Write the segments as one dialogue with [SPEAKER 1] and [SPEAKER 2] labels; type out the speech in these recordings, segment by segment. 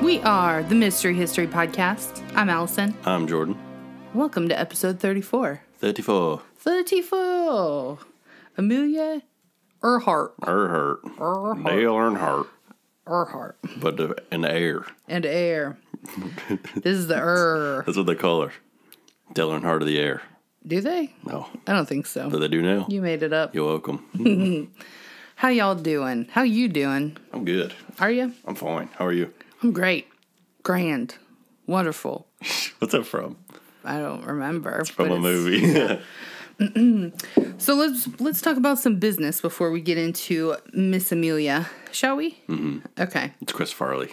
[SPEAKER 1] We are the Mystery History Podcast. I'm Allison.
[SPEAKER 2] I'm Jordan.
[SPEAKER 1] Welcome to episode 34.
[SPEAKER 2] 34.
[SPEAKER 1] 34! Amelia Earhart.
[SPEAKER 2] Earhart. Dale Earnhardt.
[SPEAKER 1] Earhart.
[SPEAKER 2] But the, in the air.
[SPEAKER 1] And air. this is the Earh.
[SPEAKER 2] That's what they call her. Dale Earnhardt of the air.
[SPEAKER 1] Do they?
[SPEAKER 2] No.
[SPEAKER 1] I don't think so.
[SPEAKER 2] But they do now.
[SPEAKER 1] You made it up.
[SPEAKER 2] You're welcome.
[SPEAKER 1] How y'all doing? How you doing?
[SPEAKER 2] I'm good.
[SPEAKER 1] Are you?
[SPEAKER 2] I'm fine. How are you?
[SPEAKER 1] I'm great. Grand. Wonderful.
[SPEAKER 2] What's that from?
[SPEAKER 1] I don't remember. but
[SPEAKER 2] From a
[SPEAKER 1] it's-
[SPEAKER 2] movie.
[SPEAKER 1] So let's let's talk about some business before we get into Miss Amelia, shall we? Mm-hmm. Okay.
[SPEAKER 2] it's Chris Farley.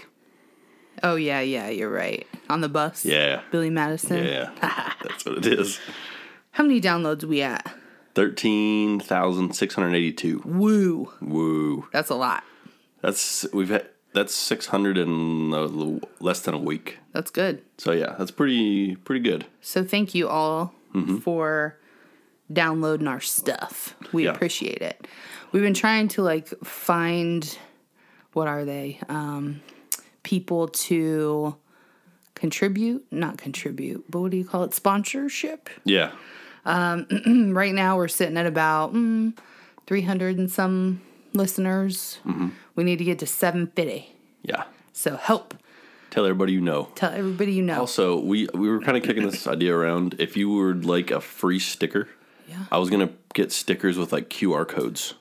[SPEAKER 1] Oh yeah, yeah, you're right. On the bus.
[SPEAKER 2] Yeah.
[SPEAKER 1] Billy Madison.
[SPEAKER 2] Yeah. That's what it is.
[SPEAKER 1] How many downloads we at?
[SPEAKER 2] 13,682.
[SPEAKER 1] Woo.
[SPEAKER 2] Woo.
[SPEAKER 1] That's a lot.
[SPEAKER 2] That's, we've had, that's 600 and a little, less than a week.
[SPEAKER 1] That's good.
[SPEAKER 2] So yeah, that's pretty, pretty good.
[SPEAKER 1] So thank you all
[SPEAKER 2] Mm-hmm.
[SPEAKER 1] for downloading our stuff. We
[SPEAKER 2] Yeah.
[SPEAKER 1] appreciate it. We've been trying to like find what are they? Um people to contribute, not contribute, but what do you call it? Sponsorship.
[SPEAKER 2] Yeah.
[SPEAKER 1] right now we're sitting at about mm, 300 and some listeners.
[SPEAKER 2] Mm-hmm.
[SPEAKER 1] We need to get to 750.
[SPEAKER 2] Yeah.
[SPEAKER 1] So help.
[SPEAKER 2] Tell everybody you know.
[SPEAKER 1] Tell everybody you know.
[SPEAKER 2] Also, we we were kind of kicking this idea around. If you were like a free sticker,
[SPEAKER 1] Yeah.
[SPEAKER 2] I was gonna get stickers with like QR codes,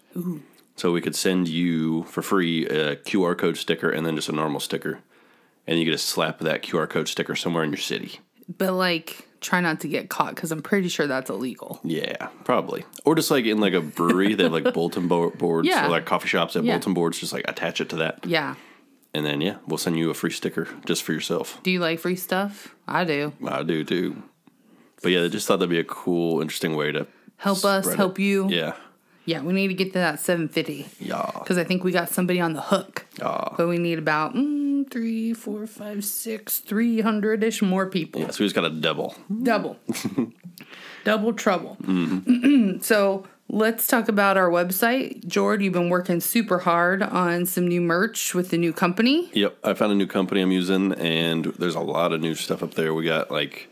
[SPEAKER 2] so we could send you for free a QR code sticker and then just a normal sticker, and you could just slap that QR code sticker somewhere in your city.
[SPEAKER 1] But like, try not to get caught because I'm pretty sure that's illegal.
[SPEAKER 2] Yeah, probably. Or just like in like a brewery, they have like bulletin bo- boards
[SPEAKER 1] Yeah.
[SPEAKER 2] or like coffee shops that have
[SPEAKER 1] Yeah.
[SPEAKER 2] bulletin boards. Just like attach it to that,
[SPEAKER 1] Yeah.
[SPEAKER 2] and then yeah, we'll send you a free sticker just for yourself.
[SPEAKER 1] Do you like free stuff? I do.
[SPEAKER 2] I do too. But yeah, I just thought that'd be a cool, interesting way to
[SPEAKER 1] Help us,
[SPEAKER 2] Spread it.
[SPEAKER 1] help you.
[SPEAKER 2] yeah.
[SPEAKER 1] Yeah, we need to get to that 750
[SPEAKER 2] Yeah.
[SPEAKER 1] because I think we got somebody on the hook.
[SPEAKER 2] Ah.
[SPEAKER 1] But we need about mm, three, four, five, six, 300 ish more people.
[SPEAKER 2] So he's got a double.
[SPEAKER 1] double double trouble
[SPEAKER 2] Mm-hmm.
[SPEAKER 1] so let's talk about our website jord you've been working super hard on some new merch with the new company
[SPEAKER 2] Yep. I found a new company I'm using, and there's a lot of new stuff up there. We got like,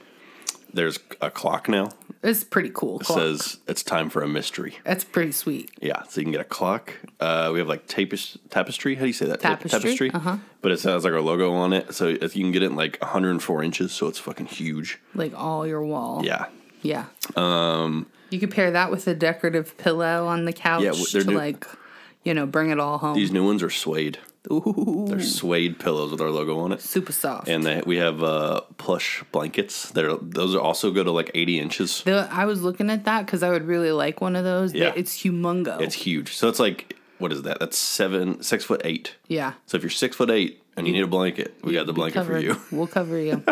[SPEAKER 2] there's a clock now.
[SPEAKER 1] it's pretty cool
[SPEAKER 2] It says it's time for a mystery.
[SPEAKER 1] that's pretty sweet
[SPEAKER 2] Yeah. So you can get a clock. Uh, we have like tapes- tapestry. How do you say that? Ta-
[SPEAKER 1] Tapestry?
[SPEAKER 2] Tapestry. Uh-huh. But it has like our logo on it. So if you can get it in like 104 inches. So it's fucking huge.
[SPEAKER 1] like all your wall
[SPEAKER 2] Yeah.
[SPEAKER 1] yeah um you could pair that with a decorative pillow on the couch
[SPEAKER 2] Yeah, w- they're
[SPEAKER 1] to
[SPEAKER 2] new-
[SPEAKER 1] like you know bring it all home
[SPEAKER 2] These new ones are suede.
[SPEAKER 1] Ooh,
[SPEAKER 2] They're suede pillows with our logo on it.
[SPEAKER 1] super soft
[SPEAKER 2] And they, we have uh, plush blankets. They're, those are also go to like 80 inches.
[SPEAKER 1] the, I was looking at that because I would really like one of those.
[SPEAKER 2] Yeah.
[SPEAKER 1] Yeah. It's humongo.
[SPEAKER 2] It's huge. So it's like what is that? That's seven, six foot eight.
[SPEAKER 1] yeah.
[SPEAKER 2] So if you're six foot eight and you need a blanket, we got the blanket for
[SPEAKER 1] Covered.
[SPEAKER 2] you.
[SPEAKER 1] We'll cover you.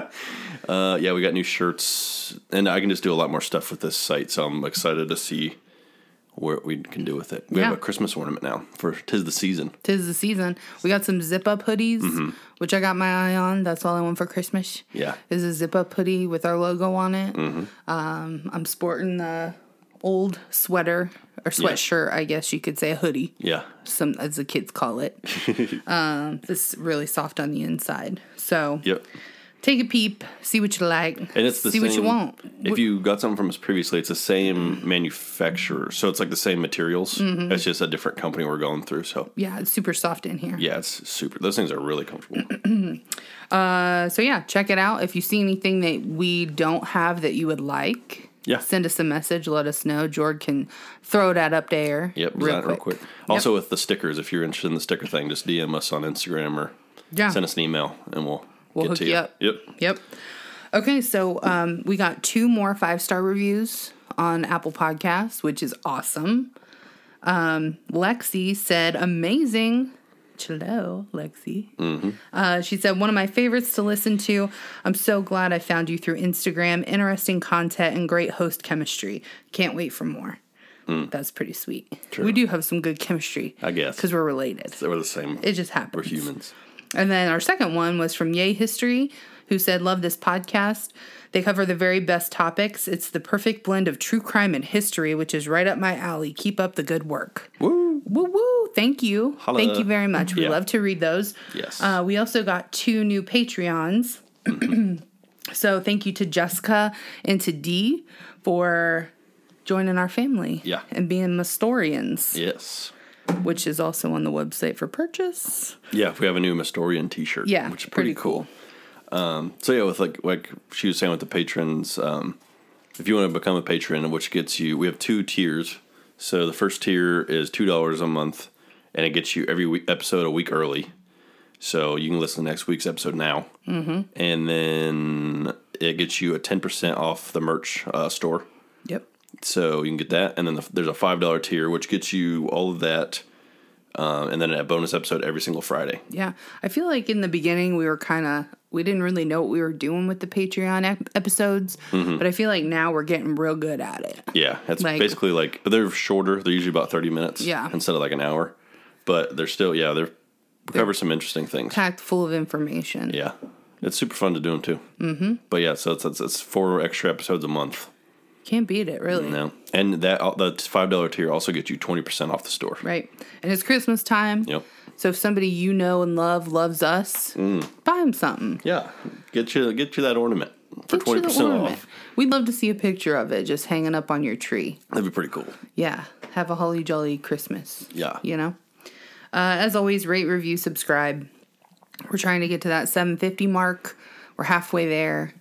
[SPEAKER 2] Uh, yeah, we got new shirts, and I can just do a lot more stuff with this site. So I'm excited to see what we can do with it. We
[SPEAKER 1] Yeah.
[SPEAKER 2] have a Christmas ornament now for tis the season.
[SPEAKER 1] tis the season. We got some zip up hoodies, which I got my eye on. That's all I want for Christmas.
[SPEAKER 2] Mm-hmm. Yeah. Mm-hmm.
[SPEAKER 1] is a zip up hoodie with our logo on it. Um, I'm sporting the old sweater or sweatshirt, I guess you could say, a hoodie.
[SPEAKER 2] Yeah,
[SPEAKER 1] Some as the kids call it. um, this really soft on the inside. So
[SPEAKER 2] yep.
[SPEAKER 1] take a peep, see what you like,
[SPEAKER 2] And it's the
[SPEAKER 1] see
[SPEAKER 2] same.
[SPEAKER 1] what you want.
[SPEAKER 2] If you got something from us previously, it's the same manufacturer, so it's like the same materials.
[SPEAKER 1] Mm-hmm.
[SPEAKER 2] It's just a different company we're going through. So
[SPEAKER 1] Yeah, it's super soft in here.
[SPEAKER 2] yeah, it's super. Those things are really comfortable.
[SPEAKER 1] Uh, So yeah, check it out. If you see anything that we don't have that you would like,
[SPEAKER 2] Yeah.
[SPEAKER 1] send us a message. Let us know. Jord can throw that up there.
[SPEAKER 2] Yep, real quick. real quick. Also, with the stickers, if you're interested in the sticker thing, just DM us on Instagram or
[SPEAKER 1] Yeah.
[SPEAKER 2] send us an email, and we'll
[SPEAKER 1] We'll hook
[SPEAKER 2] to
[SPEAKER 1] you up.
[SPEAKER 2] Yep,
[SPEAKER 1] Yep. Okay, so um, we got two more five star reviews on Apple Podcasts, which is awesome. Um, Lexi said, "Amazing." Hello, Lexi.
[SPEAKER 2] Mm-hmm.
[SPEAKER 1] Uh, she said, one of my favorites to listen to. I'm so glad I found you through Instagram. Interesting content and great host chemistry. Can't wait for more. That's pretty sweet. We do have some good chemistry.
[SPEAKER 2] Mm. I guess.
[SPEAKER 1] Because we're related.
[SPEAKER 2] they were the same.
[SPEAKER 1] It just happens.
[SPEAKER 2] we're humans.
[SPEAKER 1] And then our second one was from Yay History, who said, Love this podcast. They cover the very best topics. It's the perfect blend of true crime and history, which is right up my alley. Keep up the good work.
[SPEAKER 2] Woo!
[SPEAKER 1] Woo woo. thank you.
[SPEAKER 2] Holla.
[SPEAKER 1] Thank you very much. We
[SPEAKER 2] Yeah.
[SPEAKER 1] love to read those.
[SPEAKER 2] Yes.
[SPEAKER 1] Uh, we also got two new Patreons. so thank you to Jessica and to Dee for joining our family
[SPEAKER 2] Yeah.
[SPEAKER 1] and being Mastorians,
[SPEAKER 2] Yes.
[SPEAKER 1] which is also on the website for purchase.
[SPEAKER 2] Yeah, we have a new Mastorian T-shirt.
[SPEAKER 1] Yeah,
[SPEAKER 2] which is
[SPEAKER 1] pretty
[SPEAKER 2] pretty,
[SPEAKER 1] cool.
[SPEAKER 2] cool. Um, so yeah, with like like she was saying with the patrons, um, if you want to become a patron, which gets you, we have two tiers. So the first tier is two dollars a month, and it gets you every week, episode a week early. So you can listen to next week's episode now, mm-hmm. and then it gets you a ten percent off the merch uh, store.
[SPEAKER 1] Yep.
[SPEAKER 2] So you can get that, and then the, there's a five dollar tier, which gets you all of that, um, and then a bonus episode every single Friday.
[SPEAKER 1] Yeah. I feel like in the beginning we were kind of we didn't really know what we were doing with the Patreon ep- episodes,
[SPEAKER 2] Mm-hmm.
[SPEAKER 1] but I feel like now we're getting real good at it.
[SPEAKER 2] Yeah, that's
[SPEAKER 1] Like-
[SPEAKER 2] basically like but they're shorter. They're usually about thirty minutes.
[SPEAKER 1] Yeah.
[SPEAKER 2] instead of like an hour, but they're still yeah they're we cover some interesting things.
[SPEAKER 1] Packed full of information.
[SPEAKER 2] Yeah, it's super fun to do them too. Mm-hmm. But yeah, so it's, it's it's four extra episodes a month.
[SPEAKER 1] Can't beat it, really.
[SPEAKER 2] You know, and that the five dollar tier also gets you twenty percent off the store.
[SPEAKER 1] Right. And it's Christmas time.
[SPEAKER 2] Yep.
[SPEAKER 1] So if somebody you know and love loves us,
[SPEAKER 2] Mm.
[SPEAKER 1] buy them something.
[SPEAKER 2] Yeah, get you get you that ornament
[SPEAKER 1] Get
[SPEAKER 2] for
[SPEAKER 1] you
[SPEAKER 2] twenty
[SPEAKER 1] the
[SPEAKER 2] percent
[SPEAKER 1] ornament.
[SPEAKER 2] off.
[SPEAKER 1] We'd love to see a picture of it just hanging up on your tree.
[SPEAKER 2] That'd be pretty cool.
[SPEAKER 1] Yeah. Have a holly jolly Christmas.
[SPEAKER 2] Yeah.
[SPEAKER 1] You know? Uh, as always, rate, review, subscribe. We're trying to get to that 750 mark. We're halfway there.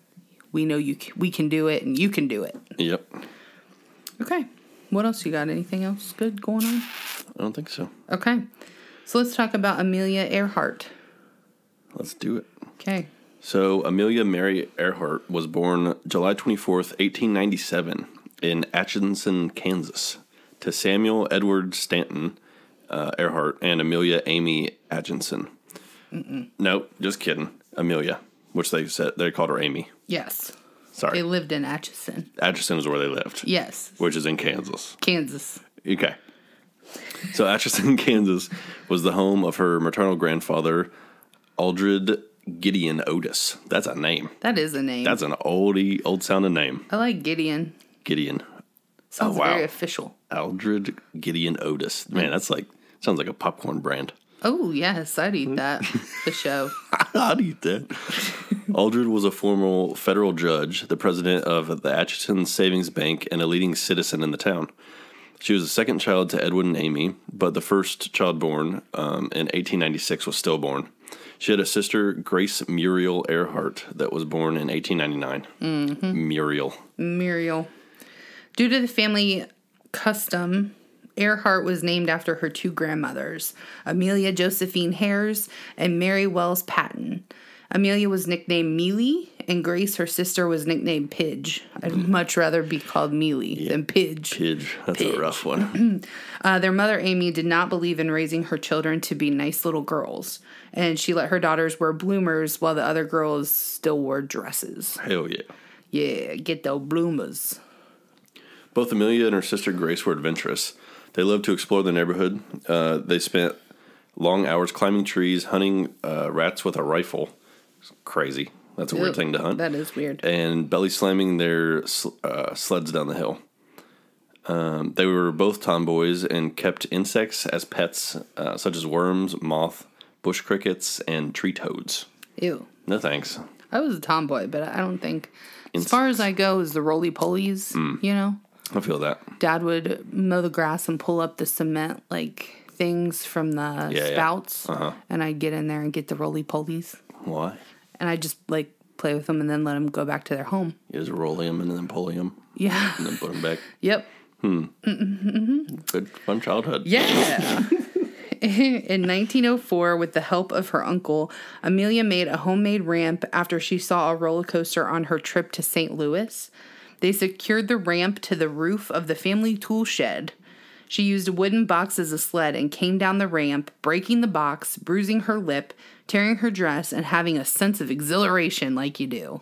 [SPEAKER 1] We know you. c- We can do it, and you can do it.
[SPEAKER 2] Yep. I
[SPEAKER 1] Okay. What else you got? Anything else good going on?
[SPEAKER 2] don't think so.
[SPEAKER 1] Okay. So let's talk about Amelia Earhart.
[SPEAKER 2] Let's do it.
[SPEAKER 1] Okay.
[SPEAKER 2] So, Amelia Mary Earhart was born July 24th, 1897, in Atchison, Kansas, to Samuel Edward Stanton uh, Earhart and Amelia Amy Atchison. Nope, just kidding. Amelia, which they said they called her Amy.
[SPEAKER 1] Yes. They
[SPEAKER 2] Sorry.
[SPEAKER 1] lived in Atchison.
[SPEAKER 2] Atchison is where they lived,
[SPEAKER 1] Yes.
[SPEAKER 2] which is in Kansas.
[SPEAKER 1] Kansas.
[SPEAKER 2] Okay. So Atchison, Kansas was the home of her maternal grandfather, Aldred Gideon Otis. That's a name.
[SPEAKER 1] That is a name.
[SPEAKER 2] That's an oldie, old sounding name.
[SPEAKER 1] I like Gideon.
[SPEAKER 2] Gideon.
[SPEAKER 1] Sounds
[SPEAKER 2] Oh, wow.
[SPEAKER 1] very official.
[SPEAKER 2] Aldred Gideon Otis. Man, that's like, sounds like a popcorn brand.
[SPEAKER 1] Oh, yes. I'd eat that. the show.
[SPEAKER 2] I'd eat that. Aldred was a former federal judge, the president of the Atchison Savings Bank, and a leading citizen in the town. She was the second child to Edwin and Amy, but the first child born um, in 1896 was stillborn. She had a sister, Grace Muriel Earhart, that was born in 1899. Muriel.
[SPEAKER 1] Muriel. Due to the family custom, Earhart was named after her two grandmothers, Amelia Josephine Hares and Mary Wells Patton. Amelia was nicknamed Mealy, and Grace, her sister, was nicknamed Pidge. I'd much rather be called Mealy than Pidge.
[SPEAKER 2] Hmm. Pidge. That's a rough one.
[SPEAKER 1] Uh, their mother, Amy, did not believe in raising her children to be nice little girls, and she let her daughters wear bloomers while the other girls still wore dresses.
[SPEAKER 2] Hell yeah.
[SPEAKER 1] Yeah, get those bloomers.
[SPEAKER 2] Both Amelia and her sister Grace were adventurous. They loved to explore the neighborhood. Uh, they spent long hours climbing trees, hunting uh, rats with a rifle. It's crazy. That's a weird
[SPEAKER 1] Ew,
[SPEAKER 2] thing to hunt.
[SPEAKER 1] That is weird.
[SPEAKER 2] and belly slamming their sl- uh, sleds down the hill. Um, they were both tomboys and kept insects as pets, uh, such as worms, moth, bush crickets, and tree toads.
[SPEAKER 1] Ew.
[SPEAKER 2] No thanks.
[SPEAKER 1] I was a tomboy, but I don't think. As far as I go, is the roly polies.
[SPEAKER 2] Mm.
[SPEAKER 1] You know,
[SPEAKER 2] I feel that.
[SPEAKER 1] Dad would mow the grass and pull up the cement like things from the
[SPEAKER 2] yeah. Uh-huh.
[SPEAKER 1] spouts, and I'd get in there and get the roly polies,
[SPEAKER 2] Why?
[SPEAKER 1] and I just like play with them and then let them go back to their home.
[SPEAKER 2] You just roll them and then pull them
[SPEAKER 1] Yeah.
[SPEAKER 2] and then put them back.
[SPEAKER 1] Yep.
[SPEAKER 2] Good, fun childhood.
[SPEAKER 1] Yeah. In 1904, with the help of her uncle, Amelia made a homemade ramp after she saw a roller coaster on her trip to St. Louis. They secured the ramp to the roof of the family tool shed. She used a wooden box as a sled and came down the ramp, breaking the box, bruising her lip, tearing her dress, and having a sense of exhilaration like you do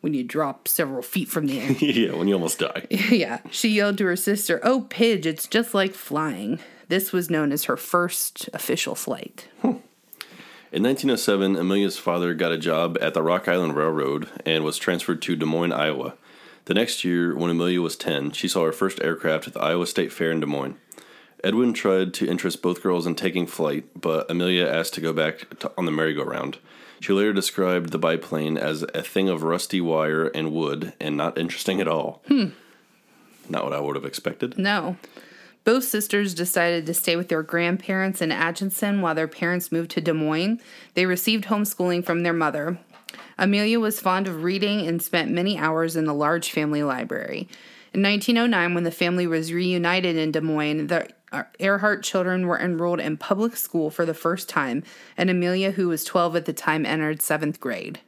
[SPEAKER 1] when you drop several feet from the air.
[SPEAKER 2] yeah, when you almost die.
[SPEAKER 1] Yeah, she yelled to her sister, Oh, Pidge, it's just like flying. This was known as her first official flight.
[SPEAKER 2] In 1907, Amelia's father got a job at the Rock Island Railroad and was transferred to Des Moines, Iowa. The next year, when Amelia was 10, she saw her first aircraft at the Iowa State Fair in Des Moines. Edwin tried to interest both girls in taking flight, but Amelia asked to go back to, on the merry-go-round. She later described the biplane as a thing of rusty wire and wood and not interesting at all.
[SPEAKER 1] Hmm.
[SPEAKER 2] Not what I would have expected.
[SPEAKER 1] No. Both sisters decided to stay with their grandparents in Atchison while their parents moved to Des Moines. They received homeschooling from their mother. Amelia was fond of reading and spent many hours in the large family library. In 1909, when the family was reunited in Des Moines, the Earhart children were enrolled in public school for the first time, and Amelia, who was 12 at the time, entered seventh grade.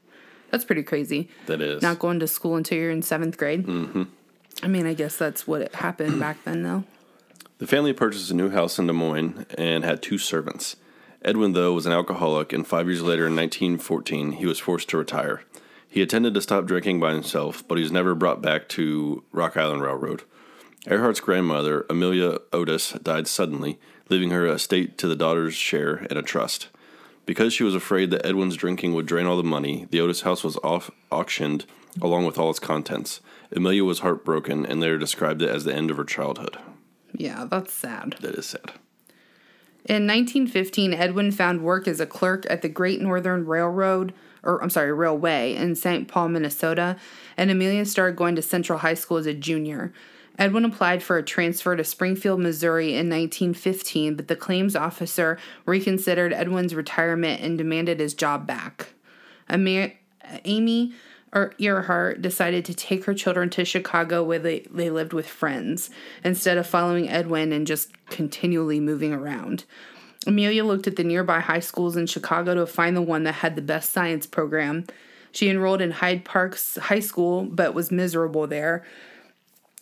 [SPEAKER 1] That's pretty crazy.
[SPEAKER 2] That is.
[SPEAKER 1] Not going to school until you're in seventh grade. Mm-hmm. I mean, I guess that's what it happened back then, though.
[SPEAKER 2] The family purchased a new house in Des Moines and had two servants. Edwin, though, was an alcoholic, and five years later, in 1914, he was forced to retire. He attended to stop drinking by himself, but he was never brought back to Rock Island Railroad. Earhart's grandmother, Amelia Otis, died suddenly, leaving her estate to the daughter's share and a trust. Because she was afraid that Edwin's drinking would drain all the money, the Otis house was off auctioned along with all its contents. Amelia was heartbroken and later described it as the end of her childhood.
[SPEAKER 1] Yeah, that's sad.
[SPEAKER 2] That is sad.
[SPEAKER 1] In 1915, Edwin found work as a clerk at the Great Northern Railroad, or I'm sorry, Railway in St. Paul, Minnesota, and Amelia started going to Central High School as a junior. Edwin applied for a transfer to Springfield, Missouri in 1915, but the claims officer reconsidered Edwin's retirement and demanded his job back. Ame- Amy or Earhart decided to take her children to Chicago where they, they lived with friends instead of following Edwin and just continually moving around. Amelia looked at the nearby high schools in Chicago to find the one that had the best science program. She enrolled in Hyde Park's high school but was miserable there.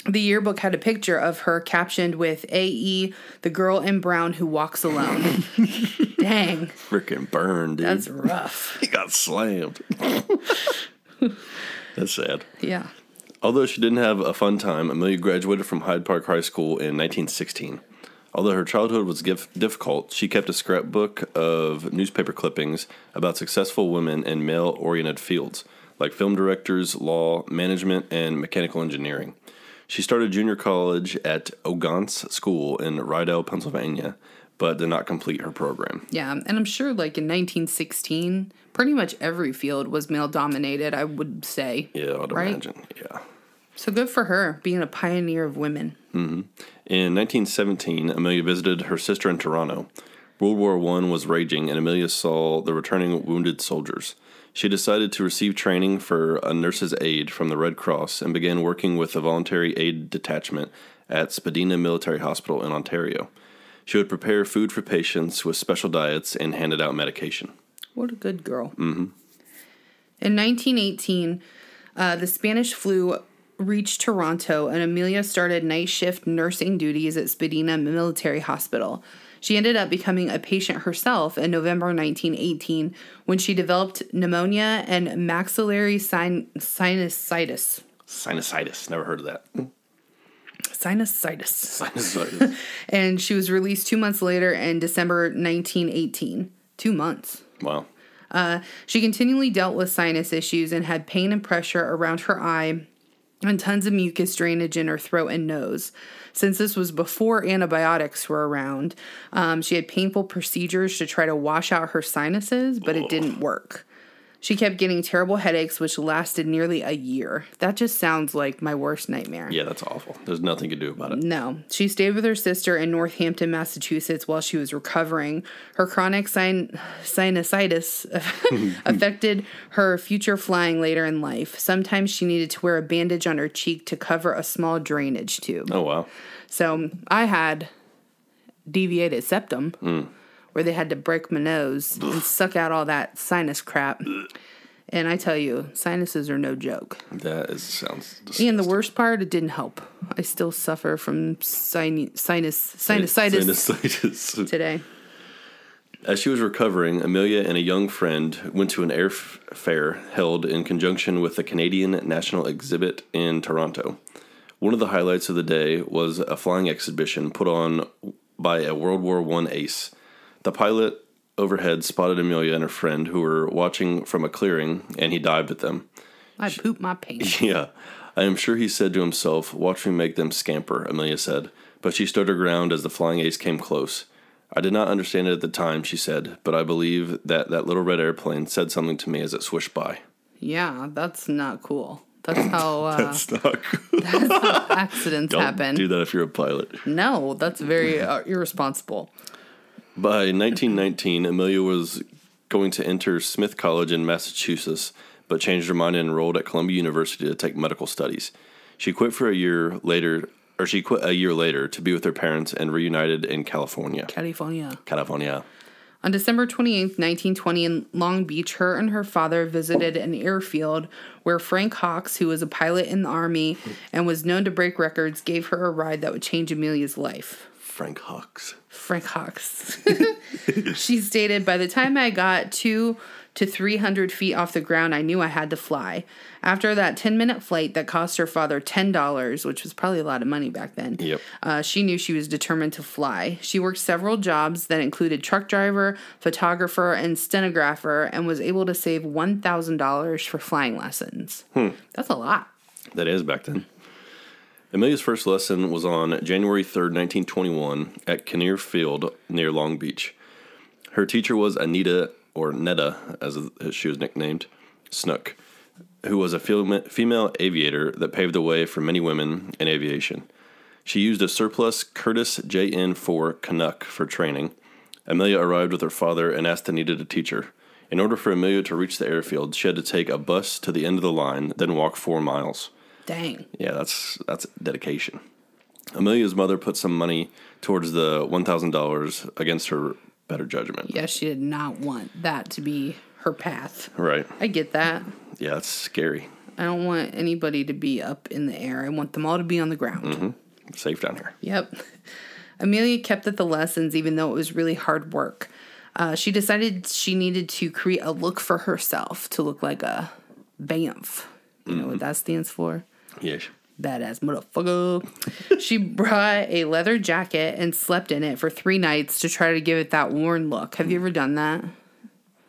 [SPEAKER 1] The yearbook had a picture of her captioned with AE, the girl in brown who walks alone. Dang,
[SPEAKER 2] Freaking burned, dude.
[SPEAKER 1] that's rough.
[SPEAKER 2] he got slammed. That's sad.
[SPEAKER 1] Yeah.
[SPEAKER 2] Although she didn't have a fun time, Amelia graduated from Hyde Park High School in 1916. Although her childhood was gif- difficult, she kept a scrapbook of newspaper clippings about successful women in male oriented fields, like film directors, law, management, and mechanical engineering. She started junior college at Ogance School in Rydell, Pennsylvania, but did not complete her program.
[SPEAKER 1] Yeah, and I'm sure like in 1916, pretty much every field was male dominated, I would say.
[SPEAKER 2] Yeah, I'd
[SPEAKER 1] Right.
[SPEAKER 2] imagine. Yeah.
[SPEAKER 1] So good for her being a pioneer of women.
[SPEAKER 2] In 1917, Amelia visited her sister in Toronto. World War I was raging, and Amelia saw the returning wounded soldiers. She decided to receive training for a nurse's aide from the Red Cross and began working with the Voluntary Aid Detachment at Spadina Military Hospital in Ontario. She would prepare food for patients with special diets and handed out medication.
[SPEAKER 1] What a good girl. Mm-hmm. In 1918, uh, the Spanish flu reached Toronto, and Amelia started night shift nursing duties at Spadina Military Hospital. She ended up becoming a patient herself in November 1918 when she developed pneumonia and maxillary sin- sinusitis.
[SPEAKER 2] Sinusitis. Never heard of that.
[SPEAKER 1] Sinusitis.
[SPEAKER 2] Sinusitis.
[SPEAKER 1] and she was released two months later in December 1918. Two months.
[SPEAKER 2] wow.
[SPEAKER 1] Uh, she continually dealt with sinus issues and had pain and pressure around her eye and tons of mucus drainage in her throat and nose. Since this was before antibiotics were around, um, she had painful procedures to try to wash out her sinuses, but it didn't work. She kept getting terrible headaches, which lasted nearly a year. That just sounds like my worst nightmare.
[SPEAKER 2] Yeah, that's awful. There's nothing you can do about it.
[SPEAKER 1] No, she stayed with her sister in Northampton, Massachusetts while she was recovering. Her chronic sin- sinusitis affected her future flying later in life. Sometimes she needed to wear a bandage on her cheek to cover a small drainage tube.
[SPEAKER 2] Oh, wow.
[SPEAKER 1] So I had deviated septum where they had to break my nose and suck out all that sinus crap. And I tell you, sinuses are no joke.
[SPEAKER 2] That is, sounds disgusting.
[SPEAKER 1] And the worst part, it didn't help. I still suffer from sin- sinus sinusitis
[SPEAKER 2] Sinusitis.
[SPEAKER 1] today.
[SPEAKER 2] As she was recovering, Amelia and a young friend went to an airfare held in conjunction with the Canadian National Exhibit in Toronto. One of the highlights of the day was a flying exhibition put on by a World War I ace. The pilot overhead spotted Amelia and her friend who were watching from a clearing, and he dived at them.
[SPEAKER 1] I pooped my pants.
[SPEAKER 2] Yeah. I am sure he said to himself, Watch me make them scamper, Amelia said. but she stood her ground as the flying ace came close. I did not understand it at the time, she said, but I believe that that little red airplane said something to me as it swished by.
[SPEAKER 1] Yeah, that's not cool. That's how uh,
[SPEAKER 2] That's not cool.
[SPEAKER 1] accidents
[SPEAKER 2] Don't
[SPEAKER 1] happen.
[SPEAKER 2] do that if you're a pilot.
[SPEAKER 1] No, that's very uh, irresponsible.
[SPEAKER 2] By 1919, Amelia was going to enter Smith College in Massachusetts, but changed her mind and enrolled at Columbia University to take medical studies. She quit for a year later, or she quit a year later to be with her parents and reunited in California.
[SPEAKER 1] California.
[SPEAKER 2] California.
[SPEAKER 1] On December 28, 1920, in Long Beach, her and her father visited an airfield where Frank Hawks, who was a pilot in the Army and was known to break records, gave her a ride that would change Amelia's life.
[SPEAKER 2] Frank Hawks.
[SPEAKER 1] Frank Hawks. she stated, By the time I got two to 300 feet off the ground, I knew I had to fly. After that 10 minute flight that cost her father $10, which was probably a lot of money back then,
[SPEAKER 2] Yep.
[SPEAKER 1] uh, she knew she was determined to fly. She worked several jobs that included truck driver, photographer, and stenographer, and was able to save $1,000 for flying lessons. That's a lot.
[SPEAKER 2] That is back then. Amelia's first lesson was on January 3rd, 1921, at Kinnear Field near Long Beach. Her teacher was Anita, or Netta, as as she was nicknamed, Snook, who was a fem- female aviator that paved the way for many women in aviation. She used a surplus Curtiss JN 4 Canuck for training. Amelia arrived with her father and asked Anita to teach her. In order for Amelia to reach the airfield, she had to take a bus to the end of the line, then walk four miles.
[SPEAKER 1] Dang.
[SPEAKER 2] Yeah, that's that's dedication. Amelia's mother put some money towards the one thousand dollars against her better judgment.
[SPEAKER 1] Yeah, she did not want that to be her path.
[SPEAKER 2] Right.
[SPEAKER 1] I get that.
[SPEAKER 2] Yeah, that's scary.
[SPEAKER 1] I don't want anybody to be up in the air. I want them all to be on the ground.
[SPEAKER 2] Safe down here.
[SPEAKER 1] Yep. Amelia kept at the lessons, even though it was really hard work. Uh, she decided she needed to create a look for herself to look like a BAMF. You know what that stands for?
[SPEAKER 2] Yes.
[SPEAKER 1] Badass motherfucker. she brought a leather jacket and slept in it for three nights to try to give it that worn look. Have you ever done that?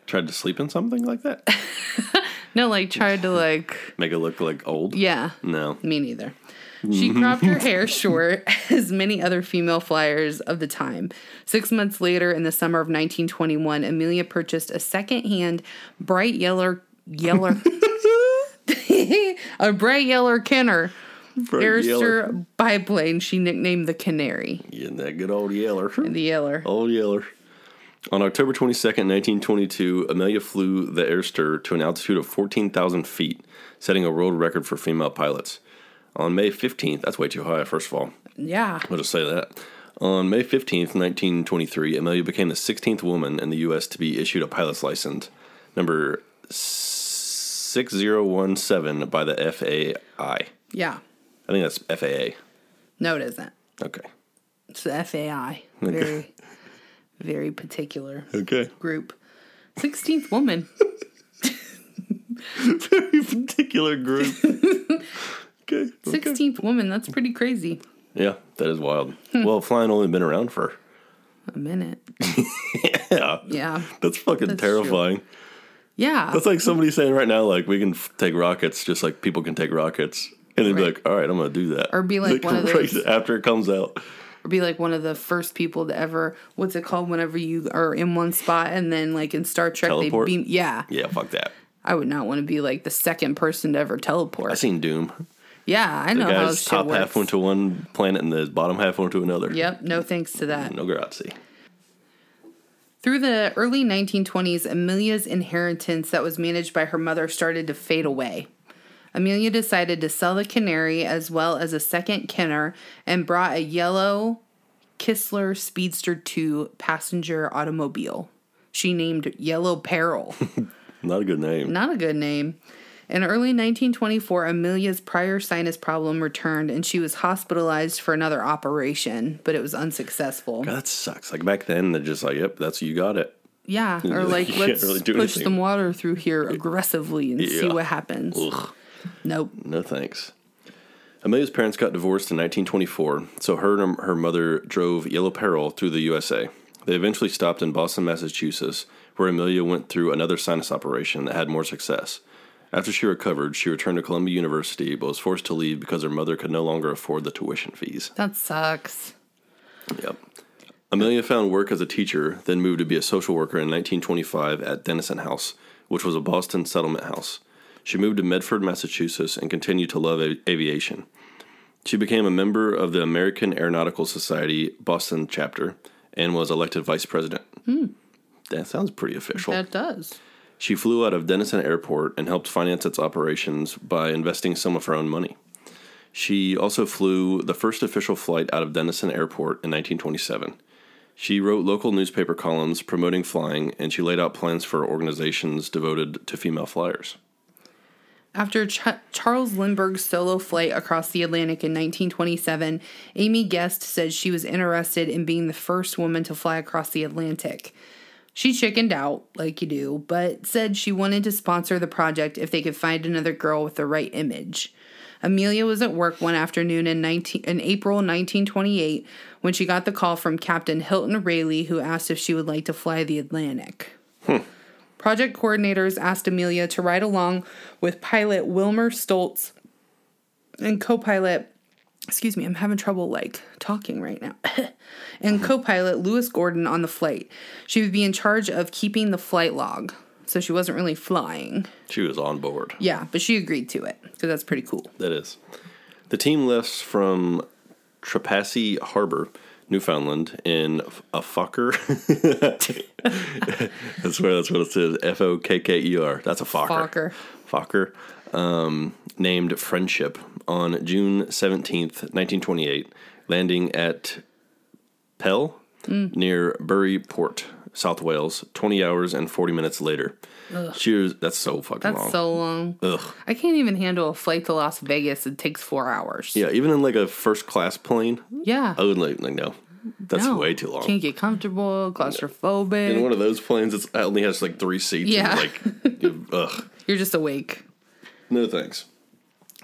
[SPEAKER 2] Tried to sleep in something like that.
[SPEAKER 1] No, like tried to like,
[SPEAKER 2] Make it look like old.
[SPEAKER 1] yeah.
[SPEAKER 2] No.
[SPEAKER 1] Me neither. She
[SPEAKER 2] Mm-hmm.
[SPEAKER 1] cropped her hair short, as many other female flyers of the time. Six months later, in the summer of 1921, Amelia purchased a second-hand bright yeller, yeller, a bright yeller Kenner
[SPEAKER 2] Bright yeller.
[SPEAKER 1] Airster biplane. She nicknamed the Canary,
[SPEAKER 2] Yeah, that good old yeller.
[SPEAKER 1] the Yeller.
[SPEAKER 2] Old yeller. On October 22nd, 1922, Amelia flew the Airster to an altitude of 14,000 feet, setting a world record for female pilots. On May 15th, that's way too high, first of all.
[SPEAKER 1] Yeah,
[SPEAKER 2] I'll just say that. On May 15th, 1923, Amelia became the 16th woman in the U.S. to be issued a pilot's license, number 6017 by the FAI.
[SPEAKER 1] yeah.
[SPEAKER 2] I think that's FAA.
[SPEAKER 1] No, it isn't.
[SPEAKER 2] Okay.
[SPEAKER 1] It's the FAI. Very, very particular
[SPEAKER 2] Okay.
[SPEAKER 1] group. Sixteenth woman.
[SPEAKER 2] Very particular group. okay.
[SPEAKER 1] Sixteenth woman. That's pretty crazy.
[SPEAKER 2] Yeah, that is wild. well, flying only been around for.
[SPEAKER 1] A minute.
[SPEAKER 2] Yeah.
[SPEAKER 1] Yeah.
[SPEAKER 2] That's fucking
[SPEAKER 1] true.
[SPEAKER 2] terrifying.
[SPEAKER 1] Yeah.
[SPEAKER 2] That's like somebody saying right now, like, we can f- take rockets just like people can take rockets. And they'd be
[SPEAKER 1] Right.
[SPEAKER 2] like, all right, I'm going to do that.
[SPEAKER 1] Or be like one of
[SPEAKER 2] right
[SPEAKER 1] those-
[SPEAKER 2] after it comes out.
[SPEAKER 1] Or be like one of the first people to ever what's it called whenever you are in one spot and then like in Star Trek
[SPEAKER 2] Teleport?
[SPEAKER 1] they beam yeah.
[SPEAKER 2] Yeah, fuck that.
[SPEAKER 1] I would not want to be like the second person to ever teleport.
[SPEAKER 2] I seen Doom.
[SPEAKER 1] yeah, I know how
[SPEAKER 2] Guys,
[SPEAKER 1] shit
[SPEAKER 2] top
[SPEAKER 1] works.
[SPEAKER 2] half went to one planet and the bottom half went to another.
[SPEAKER 1] Yep, no thanks to that.
[SPEAKER 2] No grazie.
[SPEAKER 1] Through the early 1920s, Amelia's inheritance that was managed by her mother started to fade away. Amelia decided to sell the canary as well as a second Kenner and brought a yellow Kistler Speedster 2 passenger automobile. She named Yellow Peril.
[SPEAKER 2] Not a good name.
[SPEAKER 1] Not a good name. In early 1924, Amelia's prior sinus problem returned and she was hospitalized for another operation, but it was unsuccessful.
[SPEAKER 2] God, that sucks. Like back then, they're just like, yep, that's you got it.
[SPEAKER 1] Yeah, or
[SPEAKER 2] You
[SPEAKER 1] like
[SPEAKER 2] can't
[SPEAKER 1] let's
[SPEAKER 2] really do
[SPEAKER 1] push
[SPEAKER 2] anything.
[SPEAKER 1] some water through here aggressively and see
[SPEAKER 2] Yeah.
[SPEAKER 1] what happens.
[SPEAKER 2] Ugh,
[SPEAKER 1] Nope.
[SPEAKER 2] no thanks. Amelia's parents got divorced in 1924, so her and her mother drove Yellow Peril through the USA. They eventually stopped in Boston, Massachusetts, where Amelia went through another sinus operation that had more success. After she recovered, she returned to Columbia University, but was forced to leave because her mother could no longer afford the tuition fees.
[SPEAKER 1] That sucks.
[SPEAKER 2] Yep. Amelia found work as a teacher, then moved to be a social worker in 1925 at Dennison House, which was a Boston settlement house. She moved to Medford, Massachusetts, and continued to love av- aviation. She became a member of the American Aeronautical Society Boston chapter and was elected vice president. That sounds pretty official.
[SPEAKER 1] That does.
[SPEAKER 2] She flew out of Denison Airport and helped finance its operations by investing some of her own money. She also flew the first official flight out of Denison Airport in 1927. She wrote local newspaper columns promoting flying, and she laid out plans for organizations devoted to female flyers.
[SPEAKER 1] After Ch- Charles Lindbergh's solo flight across the Atlantic in 1927, Amy Guest said she was interested in being the first woman to fly across the Atlantic. She chickened out, like you do, but said she wanted to sponsor the project if they could find another girl with the right image. Amelia was at work one afternoon in, 19, in April 1928 when she got the call from Captain Hilton Rayleigh, who asked if she would like to fly the Atlantic. Project coordinators asked Amelia to ride along with pilot Wilmer Stoltz and co pilot, excuse me, I'm having trouble like talking right now, and co pilot Lewis Gordon on the flight. She would be in charge of keeping the flight log, so she wasn't really flying.
[SPEAKER 2] She was on board.
[SPEAKER 1] Yeah, but she agreed to it because that's pretty cool.
[SPEAKER 2] That is. The team left from Trepassey Harbor, Newfoundland, in f- a fucker. that's where that's what it says. F O K K E R. That's a
[SPEAKER 1] Fokker.
[SPEAKER 2] focker. Focker. Um, named Friendship on June seventeenth, nineteen twenty-eight, landing at Pell
[SPEAKER 1] Hmm.
[SPEAKER 2] near Bury Port, South Wales. Twenty hours and forty minutes later. She was. That's so fucking
[SPEAKER 1] That's
[SPEAKER 2] long.
[SPEAKER 1] so long.
[SPEAKER 2] Ugh.
[SPEAKER 1] I can't even handle a flight to Las Vegas. It takes four hours.
[SPEAKER 2] Yeah, even in like a first class plane,
[SPEAKER 1] Yeah.
[SPEAKER 2] I would like, like no, that's
[SPEAKER 1] No.
[SPEAKER 2] way too long.
[SPEAKER 1] Can't get comfortable, claustrophobic.
[SPEAKER 2] in one of those planes, it's, it only has like three seats.
[SPEAKER 1] Yeah.
[SPEAKER 2] And like, you- ugh,
[SPEAKER 1] You're just awake.
[SPEAKER 2] no thanks.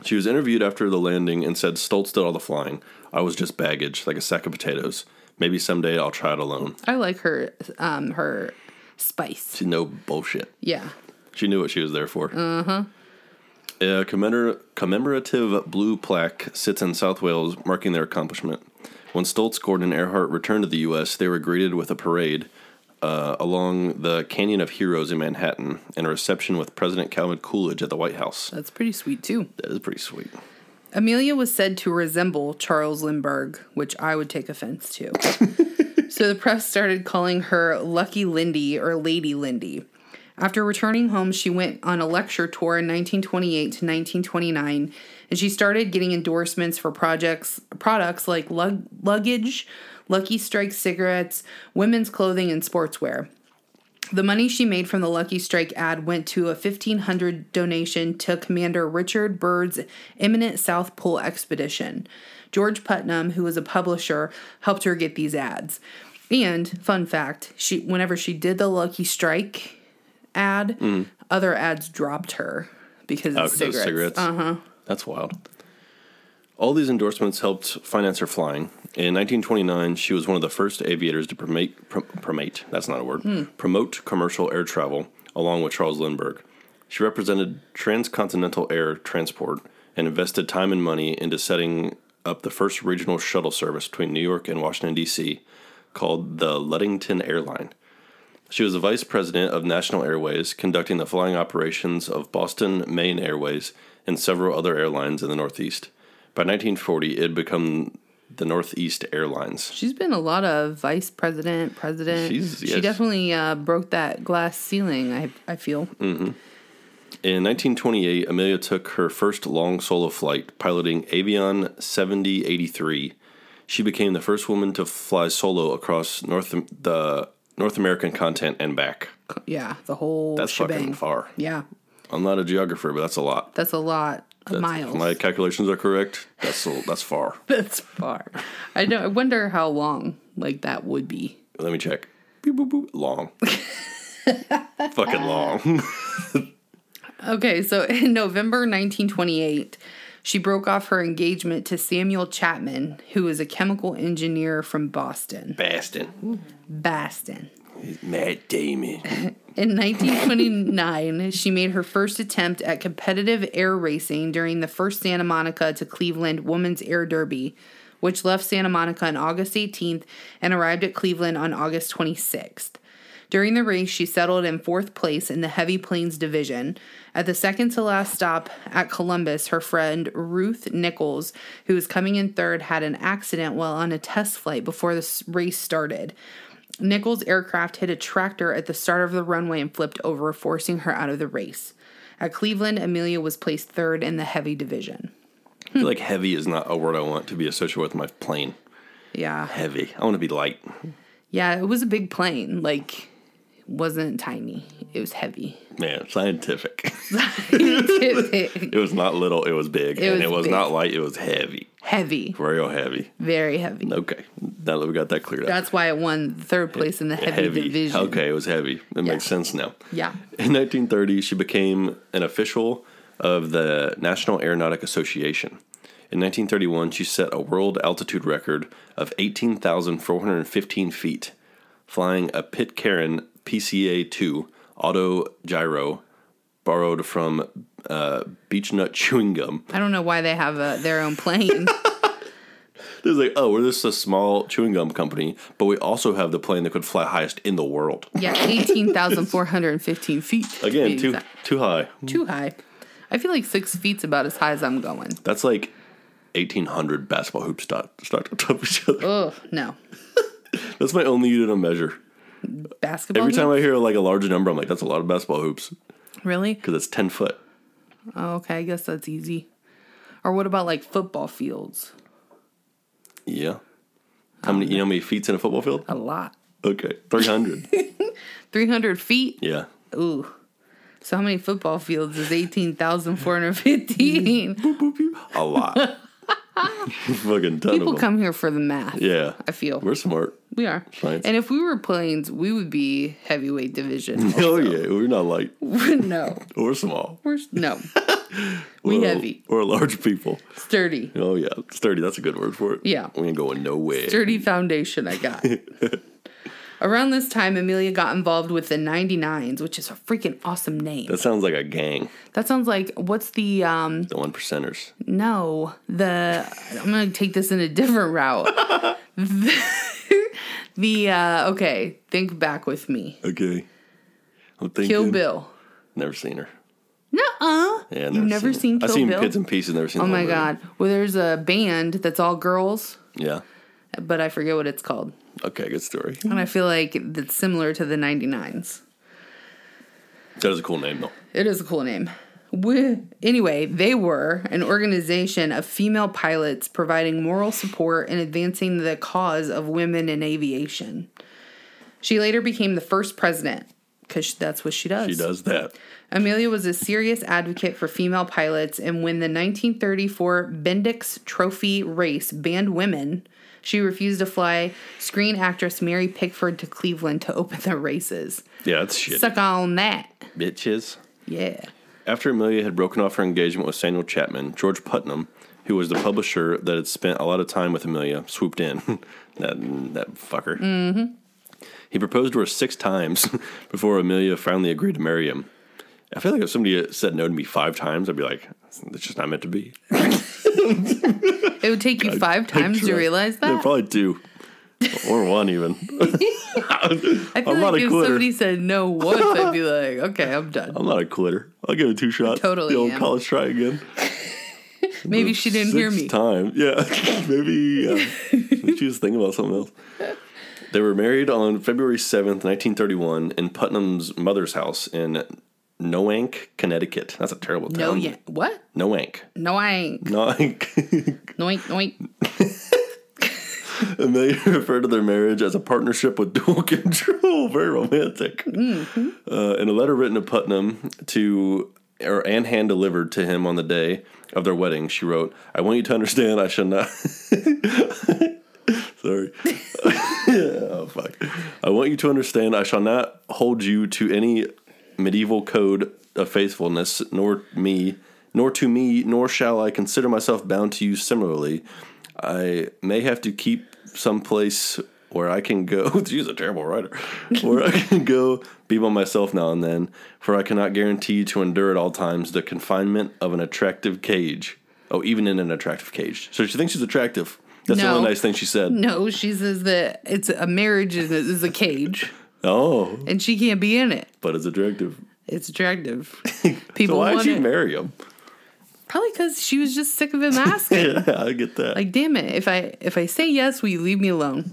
[SPEAKER 2] She was interviewed after the landing and said Stoltz did all the flying. I was just baggage, like a sack of potatoes. Maybe someday I'll try it alone.
[SPEAKER 1] I like her um her spice.
[SPEAKER 2] She no bullshit.
[SPEAKER 1] Yeah.
[SPEAKER 2] She knew what she was there for. Uh-huh. A commemor- commemorative blue plaque sits in South Wales marking their accomplishment. When Stoltz, Gordon, and Earhart returned to the U.S., they were greeted with a parade uh, along the Canyon of Heroes in Manhattan and a reception with President Calvin Coolidge at the White House.
[SPEAKER 1] That's pretty sweet too.
[SPEAKER 2] That is pretty sweet.
[SPEAKER 1] Amelia was said to resemble Charles Lindbergh, which I would take offense to. so the press started calling her Lucky Lindy or Lady Lindy. After returning home, she went on a lecture tour in 1928 to 1929, and she started getting endorsements for projects products like lug, luggage, Lucky Strike cigarettes, women's clothing, and sportswear. The money she made from the Lucky Strike ad went to a 1500 donation to Commander Richard Byrd's imminent South Pole expedition. George Putnam, who was a publisher, helped her get these ads. And fun fact, she whenever she did the Lucky Strike ad, other ads dropped her because of
[SPEAKER 2] Hmm. Oh, 'cause those
[SPEAKER 1] cigarettes.
[SPEAKER 2] cigarettes.
[SPEAKER 1] Uh,
[SPEAKER 2] That's wild. All these endorsements helped finance her flying. In 1929, she was one of the first aviators to promote, prom- promote that's not a word, promote commercial air travel, along with Charles Lindbergh. She represented transcontinental air transport and invested time and money into setting up the first regional shuttle service between New York and Washington, D.C., called the Ludington Airline. She was the vice president of National Airways, conducting the flying operations of Boston, Maine Airways, and several other airlines in the Northeast. By 1940, it had become the Northeast Airlines.
[SPEAKER 1] she's been a lot of vice president, president.
[SPEAKER 2] She's-
[SPEAKER 1] She
[SPEAKER 2] yes.
[SPEAKER 1] definitely uh, broke that glass ceiling, I I feel.
[SPEAKER 2] Hmm. In 1928, Amelia took her first long solo flight, piloting Avion 7083. She became the first woman to fly solo across North the North American continent and back.
[SPEAKER 1] Yeah, the whole
[SPEAKER 2] That's
[SPEAKER 1] shebang.
[SPEAKER 2] fucking far.
[SPEAKER 1] Yeah.
[SPEAKER 2] I'm not a geographer, but that's a lot.
[SPEAKER 1] That's a lot of miles.
[SPEAKER 2] If my calculations are correct. That's a, that's far.
[SPEAKER 1] That's far. I know. I wonder how long like that would be.
[SPEAKER 2] Let me check. Boop, boop, boop. Long. Fucking long.
[SPEAKER 1] Okay, so in November 1928, she broke off her engagement to Samuel Chapman, who was a chemical engineer from Boston.
[SPEAKER 2] Bastin.
[SPEAKER 1] Boston.
[SPEAKER 2] Matt Damon.
[SPEAKER 1] In 1929, she made her first attempt at competitive air racing during the first Santa Monica to Cleveland Women's Air Derby, which left Santa Monica on August 18th and arrived at Cleveland on August 26th. During the race, she settled in fourth place in the Heavy Plains division. At the second to last stop at Columbus, her friend Ruth Nichols, who was coming in third, had an accident while on a test flight before the s- race started. Nichols' aircraft hit a tractor at the start of the runway and flipped over, forcing her out of the race. At Cleveland, Amelia was placed third in the heavy division.
[SPEAKER 2] I feel like heavy is not a word I want to be associated with my plane.
[SPEAKER 1] Yeah.
[SPEAKER 2] Heavy. I want to be light.
[SPEAKER 1] Yeah, it was a big plane. Like, wasn't tiny. It was heavy.
[SPEAKER 2] Man, scientific.
[SPEAKER 1] Scientific.
[SPEAKER 2] it was not little, it was big. and
[SPEAKER 1] was
[SPEAKER 2] it was
[SPEAKER 1] big.
[SPEAKER 2] not light, it was heavy.
[SPEAKER 1] heavy.
[SPEAKER 2] Real heavy.
[SPEAKER 1] Very heavy.
[SPEAKER 2] Okay. Now that we got that cleared up.
[SPEAKER 1] That's why it won third place in the heavy, division.
[SPEAKER 2] Okay, it was heavy. That makes
[SPEAKER 1] Yeah.
[SPEAKER 2] sense now.
[SPEAKER 1] Yeah.
[SPEAKER 2] In 1930, she became an official of the National Aeronautic Association. In 1931, she set a world altitude record of 18,415 feet, flying a Pitcairn PCA 2 auto gyro borrowed from uh, beechnut chewing gum.
[SPEAKER 1] I don't know why they have a, their own plane.
[SPEAKER 2] It was like, oh, we're just a small chewing gum company, but we also have the plane that could fly highest in the world.
[SPEAKER 1] yeah, 18,415 feet. to be
[SPEAKER 2] Again, too,
[SPEAKER 1] exact.
[SPEAKER 2] too high.
[SPEAKER 1] too high. I feel like six feet's about as high as I'm going.
[SPEAKER 2] That's like 1800 basketball hoops stacked stacked on top of each other.
[SPEAKER 1] Oh, no.
[SPEAKER 2] That's my only unit of measure.
[SPEAKER 1] Basketball?
[SPEAKER 2] Every time
[SPEAKER 1] hoop?
[SPEAKER 2] I hear like a larger number, I'm like, that's a lot of basketball hoops
[SPEAKER 1] Really?
[SPEAKER 2] because it's 10 foot.
[SPEAKER 1] Oh, okay. I guess that's easy. Or what about like football fields?
[SPEAKER 2] Yeah. How many, you know, how many feet's in a football field?
[SPEAKER 1] A lot.
[SPEAKER 2] Okay. 300.
[SPEAKER 1] 300 feet?
[SPEAKER 2] yeah.
[SPEAKER 1] Ooh. So how many football fields is 18,415?
[SPEAKER 2] A lot. Fucking ton
[SPEAKER 1] People
[SPEAKER 2] of them.
[SPEAKER 1] come here for the math.
[SPEAKER 2] Yeah.
[SPEAKER 1] I feel.
[SPEAKER 2] We're smart.
[SPEAKER 1] We are.
[SPEAKER 2] Science.
[SPEAKER 1] And if we were planes, we would be heavyweight division.
[SPEAKER 2] Oh, yeah. We're not light
[SPEAKER 1] no.
[SPEAKER 2] or small.
[SPEAKER 1] We're no. we
[SPEAKER 2] We're-
[SPEAKER 1] heavy.
[SPEAKER 2] We're large people.
[SPEAKER 1] Sturdy.
[SPEAKER 2] Oh, yeah. Sturdy. That's a good word for it.
[SPEAKER 1] Yeah.
[SPEAKER 2] We ain't going nowhere.
[SPEAKER 1] Sturdy foundation I got. Around this time, Amelia got involved with the 99s, which is a freaking awesome name.
[SPEAKER 2] That sounds like a gang.
[SPEAKER 1] that sounds like what's the um
[SPEAKER 2] The one percenters.
[SPEAKER 1] No, the I'm gonna take this in a different route. the, uh okay, think back with me.
[SPEAKER 2] Okay. I'm thinking.
[SPEAKER 1] Kill Bill.
[SPEAKER 2] Never seen her.
[SPEAKER 1] Nuh-uh.
[SPEAKER 2] Yeah,
[SPEAKER 1] You've never seen,
[SPEAKER 2] her. I've
[SPEAKER 1] Kill
[SPEAKER 2] seen
[SPEAKER 1] Bill?
[SPEAKER 2] bits and pieces. Never seen.
[SPEAKER 1] oh my god. Well, there's a band that's all girls,
[SPEAKER 2] Yeah.
[SPEAKER 1] but I forget what it's called.
[SPEAKER 2] Okay. Good story.
[SPEAKER 1] And I feel like that's similar to the 99s.
[SPEAKER 2] That is a cool name though.
[SPEAKER 1] It is a cool name. We, anyway, they were an organization of female pilots providing moral support and advancing the cause of women in aviation. She later became the first president because that's what she does.
[SPEAKER 2] She does that.
[SPEAKER 1] Amelia was a serious advocate for female pilots, and when the 1934 Bendix Trophy race banned women, she refused to fly screen actress Mary Pickford to Cleveland to open the races.
[SPEAKER 2] Yeah, that's shit.
[SPEAKER 1] Suck on that.
[SPEAKER 2] Bitches.
[SPEAKER 1] Yeah.
[SPEAKER 2] After Amelia had broken off her engagement with Samuel Chapman, George Putnam, who was the publisher that had spent a lot of time with Amelia, swooped in. that that fucker. Mm-hmm. He proposed to her six times before Amelia finally agreed to marry him. I feel like if somebody said no to me five times, I'd be like, "It's just not meant to be."
[SPEAKER 1] It would take you five times to
[SPEAKER 2] Trust-
[SPEAKER 1] realize that.
[SPEAKER 2] Yeah, probably two. Or one, even.
[SPEAKER 1] I feel
[SPEAKER 2] I'm
[SPEAKER 1] like
[SPEAKER 2] not a
[SPEAKER 1] if
[SPEAKER 2] quitter.
[SPEAKER 1] somebody said no once, I'd be like, okay, I'm done.
[SPEAKER 2] I'm not a quitter. I'll give it two shots.
[SPEAKER 1] Totally
[SPEAKER 2] The old
[SPEAKER 1] am.
[SPEAKER 2] college try again.
[SPEAKER 1] Maybe she didn't hear me.
[SPEAKER 2] time. Yeah. Maybe uh, she was thinking about something else. They were married on February 7th, 1931, in Putnam's mother's house in Noank, Connecticut. That's a terrible
[SPEAKER 1] No,
[SPEAKER 2] town.
[SPEAKER 1] yeah. What?
[SPEAKER 2] Noank.
[SPEAKER 1] No, I ain't.
[SPEAKER 2] Noank.
[SPEAKER 1] Noink, noink.
[SPEAKER 2] Amelia referred to their marriage as a partnership with dual control. Very romantic. Uh, in a letter written to Putnam to or and hand delivered to him on the day of their wedding, she wrote, "I want you to understand. I shall not." Sorry. oh fuck. I want you to understand. I shall not hold you to any medieval code of faithfulness, nor me, nor to me, nor shall I consider myself bound to you similarly. I may have to keep some place where I can go. She's a terrible writer. Where I can go be by myself now and then, for I cannot guarantee to endure at all times the confinement of an attractive cage. Oh, even in an attractive cage. So she thinks she's attractive. That's the
[SPEAKER 1] No.
[SPEAKER 2] only nice thing she said.
[SPEAKER 1] No, she says that it's a marriage is a, is a cage
[SPEAKER 2] Oh,
[SPEAKER 1] and she can't be in it.
[SPEAKER 2] but it's attractive.
[SPEAKER 1] It's attractive.
[SPEAKER 2] So
[SPEAKER 1] People
[SPEAKER 2] why'd
[SPEAKER 1] want
[SPEAKER 2] she
[SPEAKER 1] it.
[SPEAKER 2] marry him?
[SPEAKER 1] Probably because she was just sick of him asking.
[SPEAKER 2] Yeah, I get that.
[SPEAKER 1] like, damn it! If I if I say yes, will you leave me alone?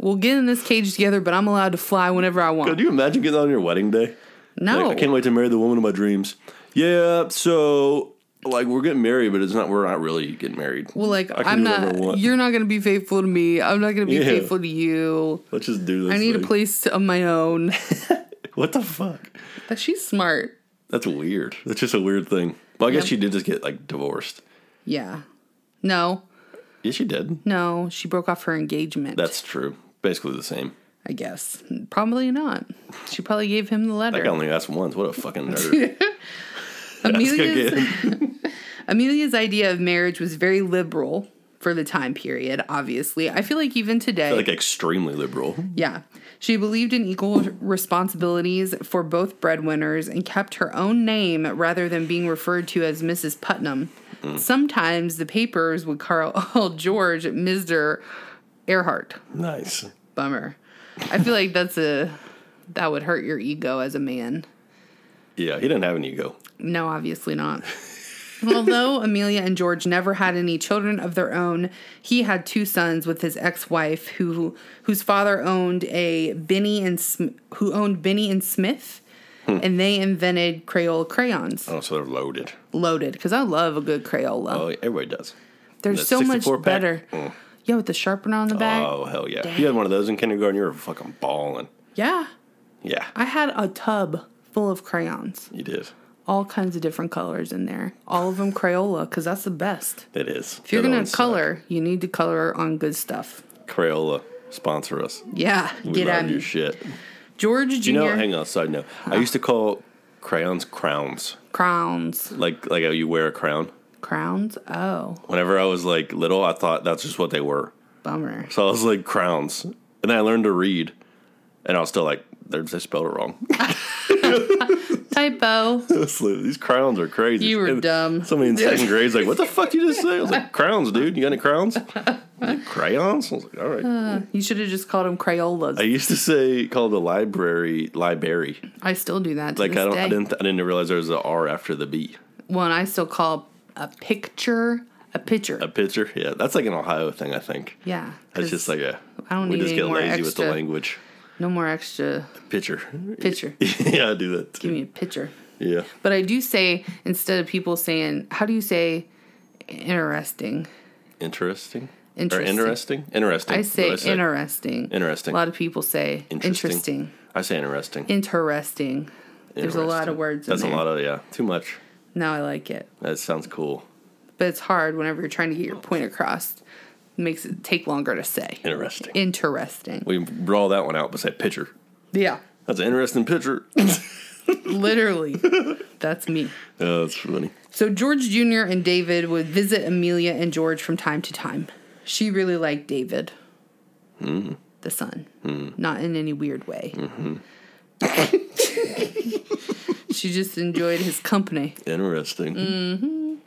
[SPEAKER 1] we'll get in this cage together, but I'm allowed to fly whenever I want.
[SPEAKER 2] Could you imagine getting on your wedding day?
[SPEAKER 1] no,
[SPEAKER 2] Like, I can't wait to marry the woman of my dreams. Yeah, so like we're getting married, but it's not we're not really getting married.
[SPEAKER 1] well, like
[SPEAKER 2] I can
[SPEAKER 1] I'm
[SPEAKER 2] do whatever I
[SPEAKER 1] not.
[SPEAKER 2] want.
[SPEAKER 1] You're not gonna be faithful to me. I'm not gonna be
[SPEAKER 2] Yeah.
[SPEAKER 1] faithful to you.
[SPEAKER 2] Let's just do this.
[SPEAKER 1] I need a
[SPEAKER 2] thing.
[SPEAKER 1] place of my own.
[SPEAKER 2] What the fuck?
[SPEAKER 1] but she's smart.
[SPEAKER 2] That's weird. That's just a weird thing. Well, I guess
[SPEAKER 1] Yep.
[SPEAKER 2] she did just get like divorced.
[SPEAKER 1] Yeah. No,
[SPEAKER 2] Yeah, she did.
[SPEAKER 1] no, she broke off her engagement.
[SPEAKER 2] That's true. Basically the same.
[SPEAKER 1] I guess. Probably not. She probably gave him the
[SPEAKER 2] I
[SPEAKER 1] letter.
[SPEAKER 2] only asked once. What a fucking nerd. Ask
[SPEAKER 1] Amelia's,
[SPEAKER 2] again.
[SPEAKER 1] Amelia's idea of marriage was very liberal for the time period, obviously. I feel like even today,
[SPEAKER 2] like extremely liberal.
[SPEAKER 1] yeah. She believed in equal responsibilities for both breadwinners and kept her own name rather than being referred to as Mrs. Putnam. Sometimes the papers would call George Mr. Earhart.
[SPEAKER 2] Nice.
[SPEAKER 1] Bummer. I feel like that's a that would hurt your ego as a man.
[SPEAKER 2] Yeah, he didn't have an ego.
[SPEAKER 1] No, obviously not. Although Amelia and George never had any children of their own, he had two sons with his ex-wife, who whose father owned a Benny and Sm- who owned Benny and Smith, and they invented Crayola crayons,
[SPEAKER 2] Hmm. Oh, so they're loaded.
[SPEAKER 1] loaded. Because I love a good Crayola.
[SPEAKER 2] Oh, everybody does.
[SPEAKER 1] They're
[SPEAKER 2] the
[SPEAKER 1] so much
[SPEAKER 2] 64 pack?
[SPEAKER 1] better.
[SPEAKER 2] Mm.
[SPEAKER 1] Yeah, with the sharpener on the back.
[SPEAKER 2] Oh hell yeah! If you had one of those in kindergarten, you were fucking balling.
[SPEAKER 1] Yeah,
[SPEAKER 2] Yeah,
[SPEAKER 1] I had a tub full of crayons,
[SPEAKER 2] you did.
[SPEAKER 1] all kinds of different colors in there. All of them Crayola, because that's the best.
[SPEAKER 2] It is. uh,
[SPEAKER 1] If you're gonna color, you need to color on good stuff.
[SPEAKER 2] Crayola sponsor us.
[SPEAKER 1] Yeah,
[SPEAKER 2] We
[SPEAKER 1] get
[SPEAKER 2] love
[SPEAKER 1] at
[SPEAKER 2] your
[SPEAKER 1] me,
[SPEAKER 2] shit.
[SPEAKER 1] George Jr.
[SPEAKER 2] You know, hang on. Side note: I used to call crayons crowns,
[SPEAKER 1] crowns,
[SPEAKER 2] like like how you wear a crown.
[SPEAKER 1] crowns. Oh,
[SPEAKER 2] Whenever I was like little, I thought that's just what they were.
[SPEAKER 1] bummer.
[SPEAKER 2] So I was like crowns, and then I learned to read, and I was still like, they're they spelled it wrong.
[SPEAKER 1] Typo.
[SPEAKER 2] It's like, These crowns are crazy.
[SPEAKER 1] You were
[SPEAKER 2] And
[SPEAKER 1] dumb.
[SPEAKER 2] Somebody in second grade's like, what the fuck you just say? I was like, crowns, dude. You got any crowns? I was like, crayons. I was like, all right.
[SPEAKER 1] You should have just called them Crayolas.
[SPEAKER 2] I
[SPEAKER 1] I,
[SPEAKER 2] used to say call the library library.
[SPEAKER 1] still do that. To
[SPEAKER 2] Like
[SPEAKER 1] this
[SPEAKER 2] I don't
[SPEAKER 1] day.
[SPEAKER 2] I didn't I didn't realize there was a R after the B.
[SPEAKER 1] One I still call a picture a picture.
[SPEAKER 2] A pitcher. Yeah, that's like an Ohio thing, I think.
[SPEAKER 1] yeah,
[SPEAKER 2] That's
[SPEAKER 1] 'cause
[SPEAKER 2] just like a
[SPEAKER 1] I don't
[SPEAKER 2] we
[SPEAKER 1] need
[SPEAKER 2] just
[SPEAKER 1] any
[SPEAKER 2] get
[SPEAKER 1] more
[SPEAKER 2] lazy with the
[SPEAKER 1] extra.
[SPEAKER 2] language.
[SPEAKER 1] no more extra
[SPEAKER 2] Pitcher.
[SPEAKER 1] picture.
[SPEAKER 2] yeah, I do that. Too.
[SPEAKER 1] Give me a picture.
[SPEAKER 2] Yeah.
[SPEAKER 1] But I do say instead of people saying, how do you say interesting?
[SPEAKER 2] Interesting.
[SPEAKER 1] Interesting.
[SPEAKER 2] Or interesting? Interesting.
[SPEAKER 1] I
[SPEAKER 2] That's
[SPEAKER 1] say,
[SPEAKER 2] what
[SPEAKER 1] interesting.
[SPEAKER 2] Interesting.
[SPEAKER 1] A lot of people say
[SPEAKER 2] Interesting.
[SPEAKER 1] interesting.
[SPEAKER 2] I say interesting.
[SPEAKER 1] interesting. There's a lot
[SPEAKER 2] Interesting.
[SPEAKER 1] of words in
[SPEAKER 2] That's
[SPEAKER 1] there.
[SPEAKER 2] a lot of yeah. Too much.
[SPEAKER 1] now I like it.
[SPEAKER 2] That sounds cool.
[SPEAKER 1] But it's hard whenever you're trying to get your point across. makes it take longer to say.
[SPEAKER 2] Interesting.
[SPEAKER 1] Interesting.
[SPEAKER 2] we draw that one out, but say pitcher.
[SPEAKER 1] Yeah.
[SPEAKER 2] That's an interesting pitcher.
[SPEAKER 1] Literally. That's me.
[SPEAKER 2] Oh, that's funny.
[SPEAKER 1] So George Jr. and David would visit Amelia and George from time to time. She really liked David,
[SPEAKER 2] Hmm.
[SPEAKER 1] the son, not in any weird way.
[SPEAKER 2] Mm-hmm.
[SPEAKER 1] she just enjoyed his company.
[SPEAKER 2] Interesting.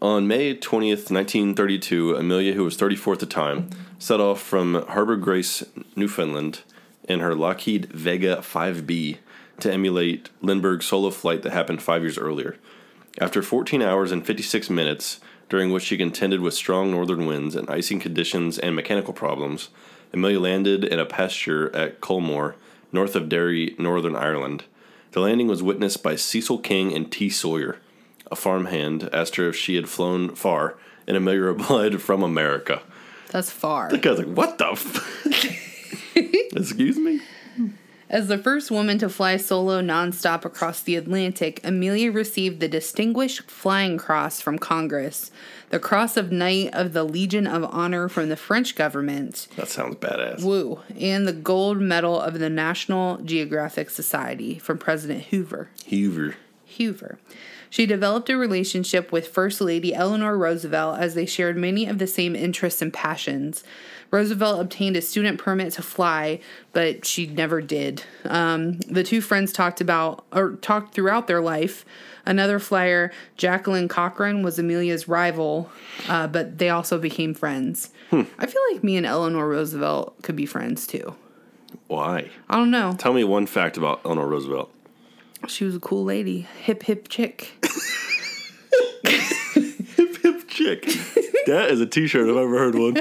[SPEAKER 2] On May 20th, 1932, Amelia, who was 34 at the time, set off from Harbor Grace, Newfoundland, in her Lockheed Vega 5B to emulate Lindbergh's solo flight that happened five years earlier. After 14 hours and 56 minutes, during which she contended with strong northern winds and icing conditions and mechanical problems, Amelia landed in a pasture at Colmore, north of Derry, Northern Ireland. The landing was witnessed by Cecil King and T. Sawyer. A farmhand asked her if she had flown far, and Amelia replied, "From America."
[SPEAKER 1] That's far.
[SPEAKER 2] The guy's like, "What the? f- Excuse me."
[SPEAKER 1] As the first woman to fly solo nonstop across the Atlantic, Amelia received the Distinguished Flying Cross from Congress, the Cross of Knight of the Legion of Honor from the French government,
[SPEAKER 2] That sounds badass.
[SPEAKER 1] woo, and the Gold Medal of the National Geographic Society from President Hoover.
[SPEAKER 2] Hoover.
[SPEAKER 1] Hoover. She developed a relationship with First Lady Eleanor Roosevelt as they shared many of the same interests and passions. Roosevelt obtained a student permit to fly, but she never did. Um, the two friends talked about or talked throughout their life. Another flyer, Jacqueline Cochran, was Amelia's rival, uh, but they also became friends. I feel like me and Eleanor Roosevelt could be friends too.
[SPEAKER 2] Why?
[SPEAKER 1] I don't know.
[SPEAKER 2] Tell me one fact about Eleanor Roosevelt.
[SPEAKER 1] She was a cool lady, hip hip chick.
[SPEAKER 2] Hip hip chick. that is a T-shirt if I've ever heard one.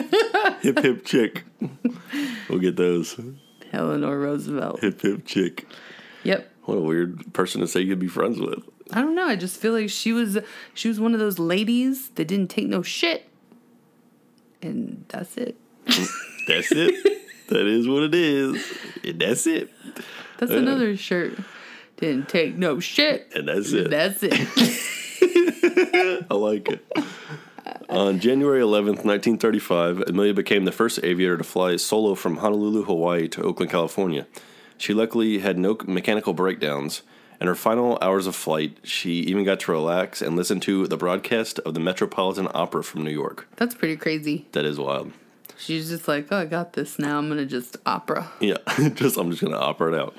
[SPEAKER 2] hip hip chick. We'll get those.
[SPEAKER 1] Eleanor Roosevelt.
[SPEAKER 2] Hip hip chick.
[SPEAKER 1] Yep.
[SPEAKER 2] What a weird person to say you'd be friends with.
[SPEAKER 1] I don't know. I just feel like she was she was one of those ladies that didn't take no shit. And that's it.
[SPEAKER 2] That's it. that is what it is. And that's it.
[SPEAKER 1] That's another shirt. Didn't take no shit.
[SPEAKER 2] And that's it.
[SPEAKER 1] That's it.
[SPEAKER 2] I like it. On January 11th, 1935, Amelia became the first aviator to fly solo from Honolulu, Hawaii to Oakland, California. She luckily had no mechanical breakdowns. In her final hours of flight, she even got to relax and listen to the broadcast of the Metropolitan Opera from New York.
[SPEAKER 1] that's pretty crazy.
[SPEAKER 2] That is wild.
[SPEAKER 1] She's just like, oh, I got this now. I'm gonna just opera.
[SPEAKER 2] Yeah, just I'm just gonna opera it out.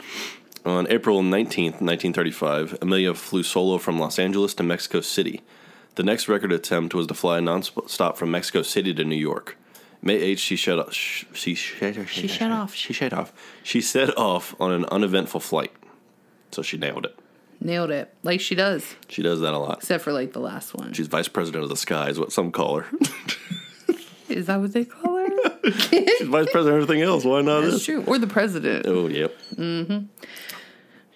[SPEAKER 2] On April 19th, 1935, Amelia flew solo from Los Angeles to Mexico City. The next record attempt was to fly nonstop from Mexico City to New York. May 8th, she shut off. She, she, shut-
[SPEAKER 1] She shut off.
[SPEAKER 2] She shut off. She set off on an uneventful flight. So she nailed it.
[SPEAKER 1] Nailed it, like she does,
[SPEAKER 2] She does that a lot.
[SPEAKER 1] except for like the last one.
[SPEAKER 2] She's vice president of the sky, is what some call her.
[SPEAKER 1] Is that what they call her?
[SPEAKER 2] She's vice president of everything else. Why not?
[SPEAKER 1] That's
[SPEAKER 2] this?
[SPEAKER 1] true. Or the president.
[SPEAKER 2] Oh, yep.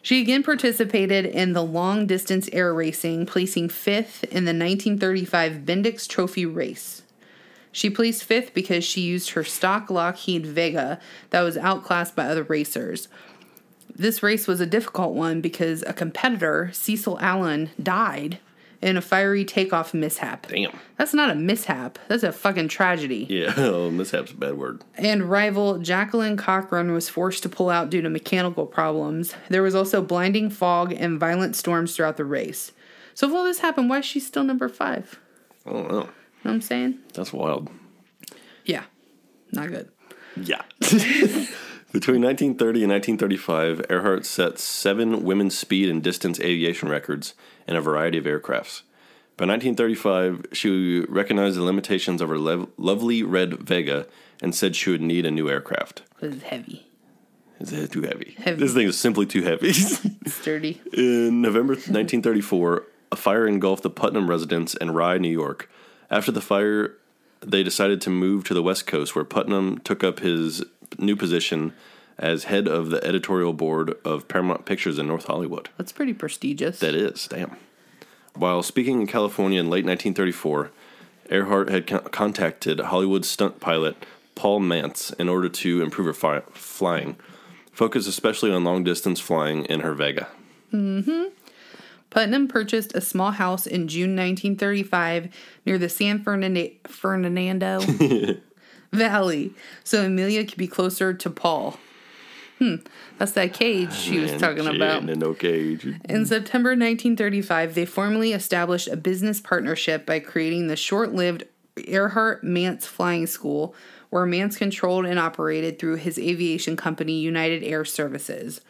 [SPEAKER 1] She again participated in the long distance air racing, placing fifth in the 1935 Bendix Trophy race. She placed fifth because she used her stock Lockheed Vega that was outclassed by other racers. This race was a difficult one because a competitor, Cecil Allen, died in a fiery takeoff mishap.
[SPEAKER 2] Damn.
[SPEAKER 1] That's not a mishap, that's a fucking tragedy
[SPEAKER 2] Yeah, oh, mishap's a bad word.
[SPEAKER 1] and rival Jacqueline Cochran was forced to pull out due to mechanical problems. There was also blinding fog and violent storms throughout the race. So if all this happened, why is she still number five?
[SPEAKER 2] I don't know.
[SPEAKER 1] Know what I'm saying?
[SPEAKER 2] That's wild.
[SPEAKER 1] Yeah. Not good.
[SPEAKER 2] Yeah. Between 1930 and 1935, Earhart set seven women's speed and distance aviation records in a variety of aircrafts. By 1935, she recognized the limitations of her lev- lovely red Vega and said she would need a new aircraft.
[SPEAKER 1] 'Cause it's heavy.
[SPEAKER 2] This is too heavy.
[SPEAKER 1] Heavy.
[SPEAKER 2] This thing is simply too heavy.
[SPEAKER 1] It's dirty.
[SPEAKER 2] in November 1934, a fire engulfed the Putnam residence in Rye, New York. After the fire, they decided to move to the West Coast, where Putnam took up his new position as head of the editorial board of Paramount Pictures in North Hollywood.
[SPEAKER 1] That's pretty prestigious.
[SPEAKER 2] That is, damn. While speaking in California in late 1934, Earhart had con- contacted Hollywood stunt pilot Paul Mance in order to improve her fi- flying, focused especially on long distance flying in her Vega.
[SPEAKER 1] Putnam purchased a small house in June 1935 near the San Fernanda- Fernando Valley so Amelia could be closer to Paul. Hmm, that's that cage she was
[SPEAKER 2] And
[SPEAKER 1] talking
[SPEAKER 2] shit,
[SPEAKER 1] about.
[SPEAKER 2] and In no cage.
[SPEAKER 1] In September 1935, they formally established a business partnership by creating the short lived Earhart Mance Flying School, where Mance controlled and operated through his aviation company, United Air Services.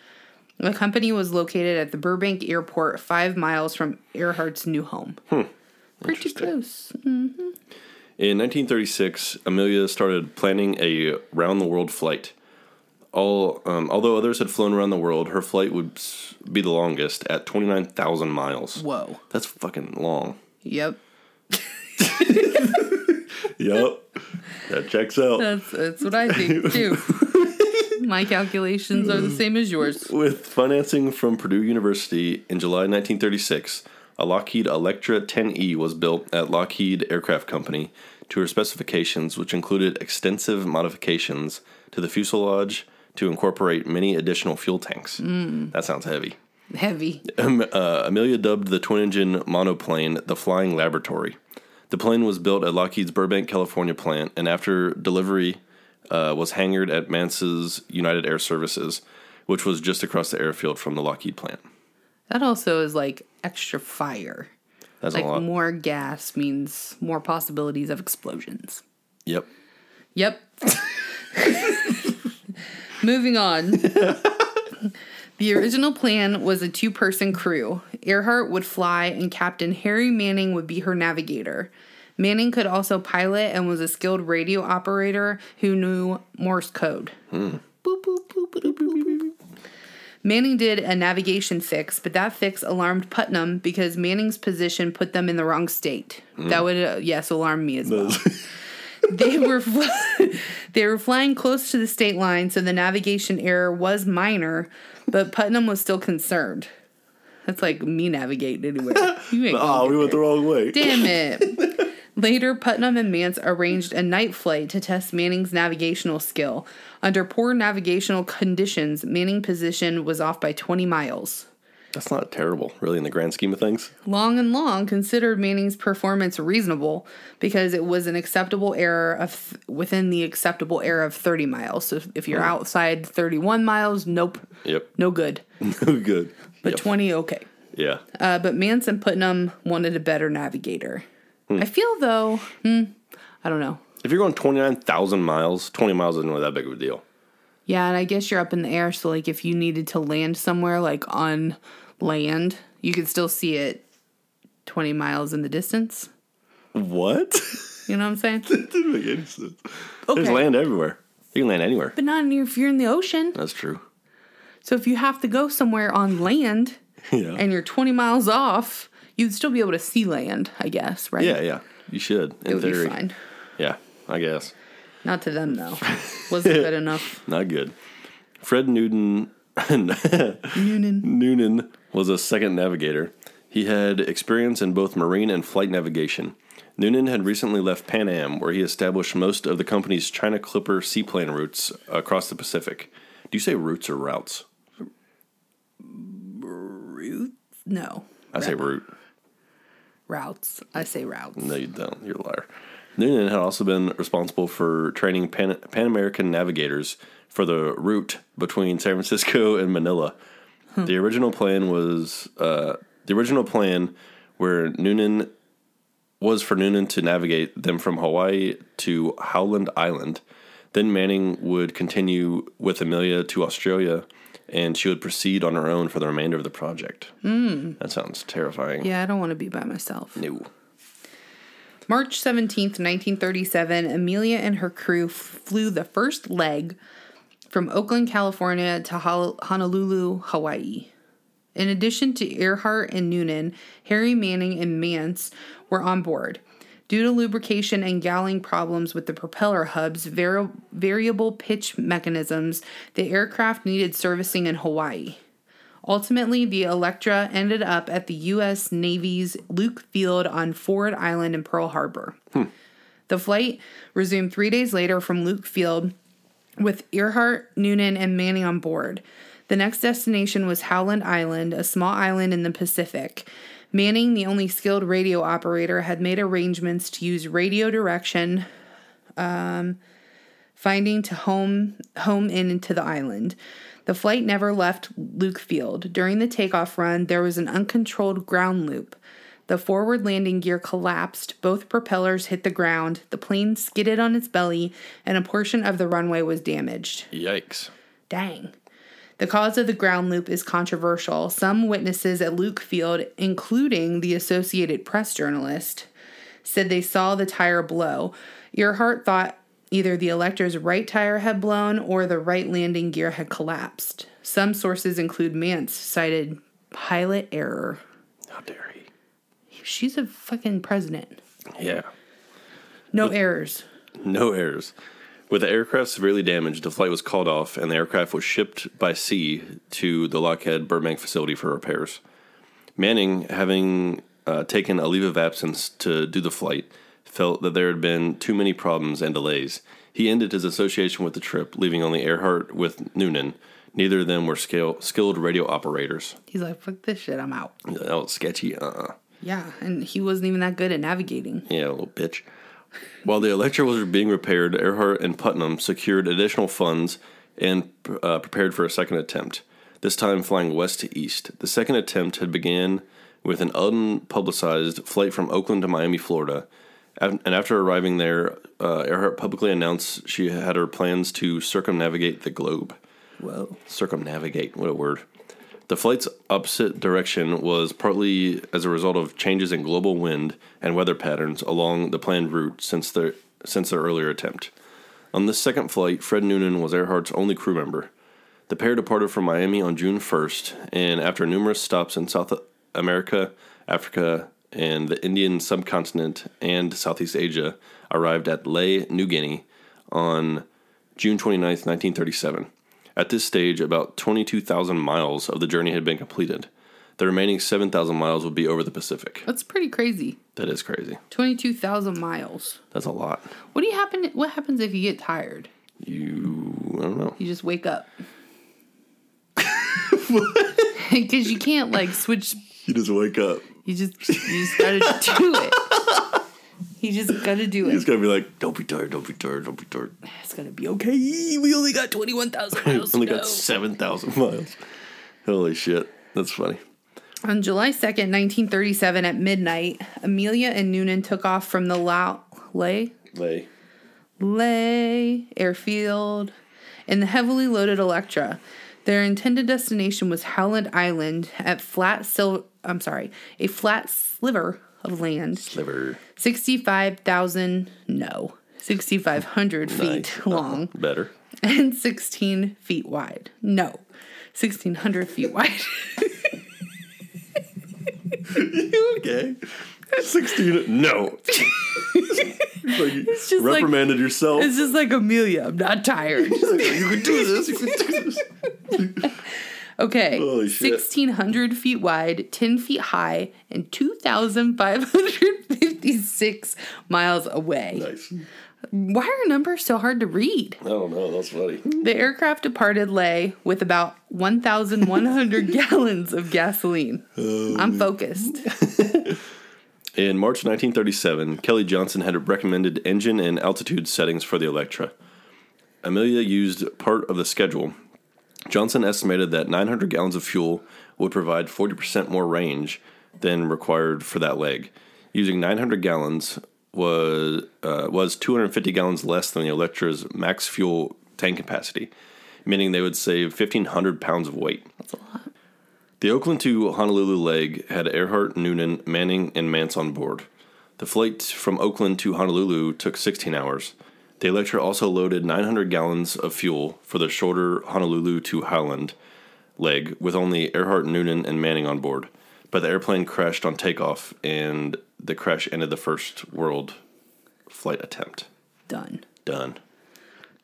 [SPEAKER 1] The company was located at the Burbank Airport, five miles from Earhart's new home. Pretty close.
[SPEAKER 2] In 1936, Amelia started planning a round the world flight. All, um, although others had flown around the world, her flight would s- be the longest at 29,000 miles.
[SPEAKER 1] Whoa.
[SPEAKER 2] That's fucking long.
[SPEAKER 1] Yep.
[SPEAKER 2] Yep. that checks out.
[SPEAKER 1] That's, that's what I think, too. My calculations are the same as yours.
[SPEAKER 2] With financing from Purdue University in July 1936, a Lockheed Electra 10E was built at Lockheed Aircraft Company to her specifications, which included extensive modifications to the fuselage to incorporate many additional fuel tanks. That sounds heavy.
[SPEAKER 1] Heavy.
[SPEAKER 2] Um, uh, Amelia dubbed the twin engine monoplane the Flying Laboratory. The plane was built at Lockheed's Burbank, California plant, and after delivery, uh, was hangared at Mance's United Air Services, which was just across the airfield from the Lockheed plant.
[SPEAKER 1] That also is like extra fire.
[SPEAKER 2] That's a
[SPEAKER 1] Like
[SPEAKER 2] lot.
[SPEAKER 1] more gas means more possibilities of explosions.
[SPEAKER 2] yep.
[SPEAKER 1] Yep. Moving on. the original plan was a two person crew. Earhart would fly, and Captain Harry Manning would be her navigator. Manning could also pilot and was a skilled radio operator who knew Morse code. Boop, boop, boop, boop, boop, boop, boop. Manning did a navigation fix, but that fix alarmed Putnam because Manning's position put them in the wrong state. That would, uh, yes, alarm me as well they were fl- they were flying close to the state line, so the navigation error was minor, but Putnam was still concerned. That's like me navigating anywhere. You ain't
[SPEAKER 2] Oh, we went the wrong way.
[SPEAKER 1] Damn it. Later, Putnam and Mance arranged a night flight to test Manning's navigational skill. Under poor navigational conditions, Manning's position was off by 20 miles.
[SPEAKER 2] That's not terrible, really, in the grand scheme of things.
[SPEAKER 1] Long and Long considered Manning's performance reasonable because it was an acceptable error of th- within the acceptable error of 30 miles. So if- if you're outside 31 miles, nope,
[SPEAKER 2] Yep.
[SPEAKER 1] no good.
[SPEAKER 2] Good.
[SPEAKER 1] But
[SPEAKER 2] Yep.
[SPEAKER 1] 20, okay.
[SPEAKER 2] yeah.
[SPEAKER 1] Uh, but Manson Putnam wanted a better navigator. I feel though, hmm, I don't know.
[SPEAKER 2] If you're going 29,000 miles, 20 miles isn't really that big of a deal.
[SPEAKER 1] Yeah, and I guess you're up in the air, so like if you needed to land somewhere, like on land, you could still see it 20 miles in the distance.
[SPEAKER 2] What?
[SPEAKER 1] You know what I'm saying?
[SPEAKER 2] didn't make any sense. There's
[SPEAKER 1] Okay.
[SPEAKER 2] land everywhere. You can land anywhere.
[SPEAKER 1] But not if you're in the ocean.
[SPEAKER 2] That's true.
[SPEAKER 1] So if you have to go somewhere on land
[SPEAKER 2] Yeah.
[SPEAKER 1] and you're 20 miles off, you'd still be able to see land, I guess, right?
[SPEAKER 2] yeah, yeah. You should, in
[SPEAKER 1] It would
[SPEAKER 2] theory.
[SPEAKER 1] be fine.
[SPEAKER 2] Yeah, I guess.
[SPEAKER 1] Not to them, though. Wasn't good enough.
[SPEAKER 2] Not good. Fred Newton
[SPEAKER 1] Noonan.
[SPEAKER 2] Noonan was a second navigator. He had experience in both marine and flight navigation. Noonan had recently left Pan Am, where he established most of the company's China Clipper seaplane routes across the Pacific. Do you say routes or routes?
[SPEAKER 1] No.
[SPEAKER 2] I say route.
[SPEAKER 1] Routes. I say routes.
[SPEAKER 2] No, you don't. You're a liar. Noonan had also been responsible for training Pan, Pan American navigators for the route between San Francisco and Manila. The original plan was uh, the original plan where Noonan was for Noonan to navigate them from Hawaii to Howland Island. Then Manning would continue with Amelia to Australia, and she would proceed on her own for the remainder of the project. Mm. That sounds terrifying.
[SPEAKER 1] Yeah, I don't want to be by myself.
[SPEAKER 2] No.
[SPEAKER 1] March 17th, 1937, Amelia and her crew f- flew the first leg from Oakland, California to Hol- Honolulu, Hawaii. In addition to Earhart and Noonan, Harry Manning and Mance were on board. Due to lubrication and galling problems with the propeller hub's vari- variable pitch mechanisms, the aircraft needed servicing in Hawaii. Ultimately, the Electra ended up at the U.S. Navy's Luke Field on Ford Island in Pearl Harbor. The flight resumed three days later from Luke Field with Earhart, Noonan, and Manning on board. The next destination was Howland Island, a small island in the Pacific. Manning, the only skilled radio operator, had made arrangements to use radio direction finding to home home in into the island. The flight never left Luke Field. During the takeoff run, there was an uncontrolled ground loop. The forward landing gear collapsed, both propellers hit the ground, the plane skidded on its belly, and a portion of the runway was damaged.
[SPEAKER 2] Yikes.
[SPEAKER 1] Dang. The cause of the ground loop is controversial. Some witnesses at Luke Field, including the Associated Press journalist, said they saw the tire blow. Earhart thought either the Electra's right tire had blown or the right landing gear had collapsed. Some sources include Mance cited pilot error.
[SPEAKER 2] How dare he?
[SPEAKER 1] She's a fucking president.
[SPEAKER 2] Yeah.
[SPEAKER 1] No errors.
[SPEAKER 2] No errors. With the aircraft severely damaged, the flight was called off and the aircraft was shipped by sea to the Lockheed Burbank facility for repairs. Manning, having uh, taken a leave of absence to do the flight, felt that there had been too many problems and delays. He ended his association with the trip, leaving only Earhart with Noonan. Neither of them were scale, skilled radio operators.
[SPEAKER 1] He's like, fuck this shit, I'm out.
[SPEAKER 2] That was sketchy. Uh-uh.
[SPEAKER 1] Yeah, and he wasn't even that good at navigating.
[SPEAKER 2] Yeah, little bitch. While the Electra was being repaired, Earhart and Putnam secured additional funds and uh, prepared for a second attempt. This time, flying west to east. The second attempt had began with an unpublicized flight from Oakland to Miami, Florida, Af- And after arriving there, uh, Earhart publicly announced she had her plans to circumnavigate the globe.
[SPEAKER 1] Whoa.
[SPEAKER 2] Circumnavigate, what a word. The flight's opposite direction was partly as a result of changes in global wind and weather patterns along the planned route since their since their earlier attempt. On this second flight, Fred Noonan was Earhart's only crew member. The pair departed from Miami on June 1st, and after numerous stops in South America, Africa, and the Indian subcontinent and Southeast Asia, arrived at Leh, New Guinea on June 29, 1937. At this stage, about 22,000 miles of the journey had been completed. The remaining 7,000 miles would be over the Pacific.
[SPEAKER 1] That's pretty crazy.
[SPEAKER 2] That is crazy.
[SPEAKER 1] 22,000 miles.
[SPEAKER 2] That's a lot.
[SPEAKER 1] What do you happen what happens if you get tired?
[SPEAKER 2] You, I don't know.
[SPEAKER 1] You just wake up. Cuz you can't like switch
[SPEAKER 2] You just wake up.
[SPEAKER 1] you just you just got to do it. You just got to do it.
[SPEAKER 2] gotta be like, don't be tired, don't be tired, don't be tired.
[SPEAKER 1] It's going to be okay. We only got 21,000 miles.
[SPEAKER 2] only
[SPEAKER 1] to
[SPEAKER 2] got
[SPEAKER 1] go.
[SPEAKER 2] 7,000 miles. Holy shit. That's funny.
[SPEAKER 1] On July 2nd, 1937, at midnight, Amelia and Noonan took off from the Lao Lay
[SPEAKER 2] Lay.
[SPEAKER 1] Lay airfield in the heavily loaded Electra. Their intended destination was Howland Island at flat sil- I'm sorry, a flat sliver of land,
[SPEAKER 2] Liver.
[SPEAKER 1] 65,000 no, 6,500 feet long
[SPEAKER 2] Better.
[SPEAKER 1] and 16 feet wide. No, 1,600 feet wide.
[SPEAKER 2] You okay? 16. No. like you
[SPEAKER 1] just like-
[SPEAKER 2] reprimanded yourself.
[SPEAKER 1] it's just like Amelia. I'm not tired.
[SPEAKER 2] you can do this. You can do this.
[SPEAKER 1] Okay.
[SPEAKER 2] Holy shit.
[SPEAKER 1] 1,600 feet wide, 10 feet high, and 2,556 miles away.
[SPEAKER 2] Nice.
[SPEAKER 1] Why are numbers so hard to read?
[SPEAKER 2] I don't know. Oh, That's funny.
[SPEAKER 1] The aircraft departed Ley with about 1,100 gallons of gasoline. I'm focused.
[SPEAKER 2] In March 1937, Kelly Johnson had recommended engine and altitude settings for the Electra. Amelia used part of the schedule. Johnson estimated that 900 gallons of fuel would provide 40% more range than required for that leg. Using 900 gallons was uh, was 250 gallons less than the Electra's max fuel tank capacity, meaning they would save 1,500 pounds of weight.
[SPEAKER 1] That's a lot.
[SPEAKER 2] The Oakland to Honolulu leg had Earhart, Noonan, Manning, and Mance on board. The flight from Oakland to Honolulu took 16 hours. The Electra also loaded 900 gallons of fuel for the shorter Honolulu to Highland leg, with only Earhart, Noonan, and Manning on board. But the airplane crashed on takeoff, and the crash ended the first world flight attempt.
[SPEAKER 1] Done.
[SPEAKER 2] Done.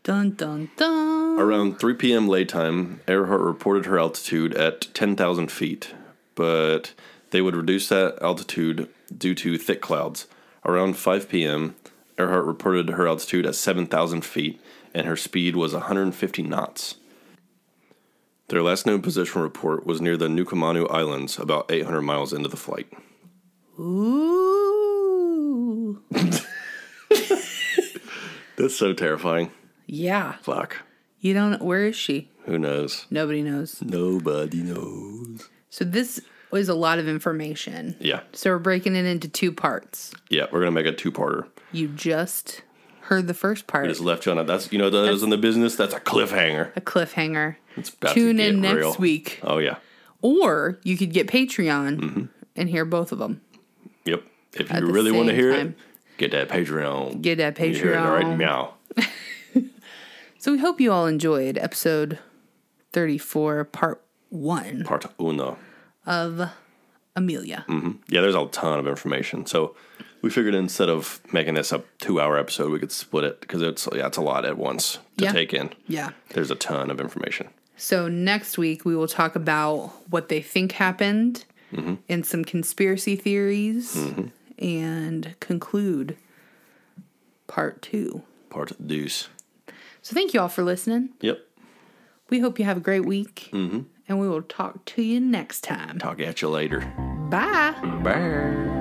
[SPEAKER 1] Dun, dun, dun.
[SPEAKER 2] Around 3 p.m. lay time, Earhart reported her altitude at 10,000 feet, but they would reduce that altitude due to thick clouds. Around 5 p.m., Earhart reported her altitude at 7,000 feet, and her speed was 150 knots. Their last known position report was near the Nukumanu Islands, about 800 miles into the flight.
[SPEAKER 1] Ooh.
[SPEAKER 2] That's so terrifying.
[SPEAKER 1] Yeah.
[SPEAKER 2] Fuck.
[SPEAKER 1] You don't. Where is she?
[SPEAKER 2] Who knows?
[SPEAKER 1] Nobody knows.
[SPEAKER 2] Nobody knows.
[SPEAKER 1] So, this was a lot of information.
[SPEAKER 2] Yeah.
[SPEAKER 1] So we're breaking it into two parts.
[SPEAKER 2] Yeah, we're going to make a two parter.
[SPEAKER 1] You just heard the first part,
[SPEAKER 2] Just left you on a that's you know those in the business that's a cliffhanger.
[SPEAKER 1] a cliffhanger.
[SPEAKER 2] It's about to
[SPEAKER 1] Tune
[SPEAKER 2] get
[SPEAKER 1] in next
[SPEAKER 2] real.
[SPEAKER 1] week,
[SPEAKER 2] Oh Mm-hmm. yeah,
[SPEAKER 1] or you could get Patreon and hear both of them.
[SPEAKER 2] yep. If
[SPEAKER 1] At
[SPEAKER 2] you
[SPEAKER 1] the
[SPEAKER 2] really want to
[SPEAKER 1] same
[SPEAKER 2] hear
[SPEAKER 1] time.
[SPEAKER 2] it, get that Patreon.
[SPEAKER 1] Get that
[SPEAKER 2] You hear it right
[SPEAKER 1] Patreon.
[SPEAKER 2] meow.
[SPEAKER 1] So we hope you all enjoyed episode thirty-four, part one
[SPEAKER 2] Part uno.
[SPEAKER 1] of Amelia.
[SPEAKER 2] Yeah, there's a ton of information. So we figured instead of making this a two-hour episode, we could split it because it's yeah, it's a lot at once to
[SPEAKER 1] Yeah.
[SPEAKER 2] take in.
[SPEAKER 1] Yeah.
[SPEAKER 2] There's a ton of information.
[SPEAKER 1] So next week we will talk about what they think happened
[SPEAKER 2] Mm-hmm.
[SPEAKER 1] and some conspiracy theories, and conclude part two.
[SPEAKER 2] Part deuce.
[SPEAKER 1] So thank you all for listening.
[SPEAKER 2] Yep.
[SPEAKER 1] We hope you have a great week. And we will talk to you next time.
[SPEAKER 2] Talk at you later.
[SPEAKER 1] Bye.
[SPEAKER 2] Bye.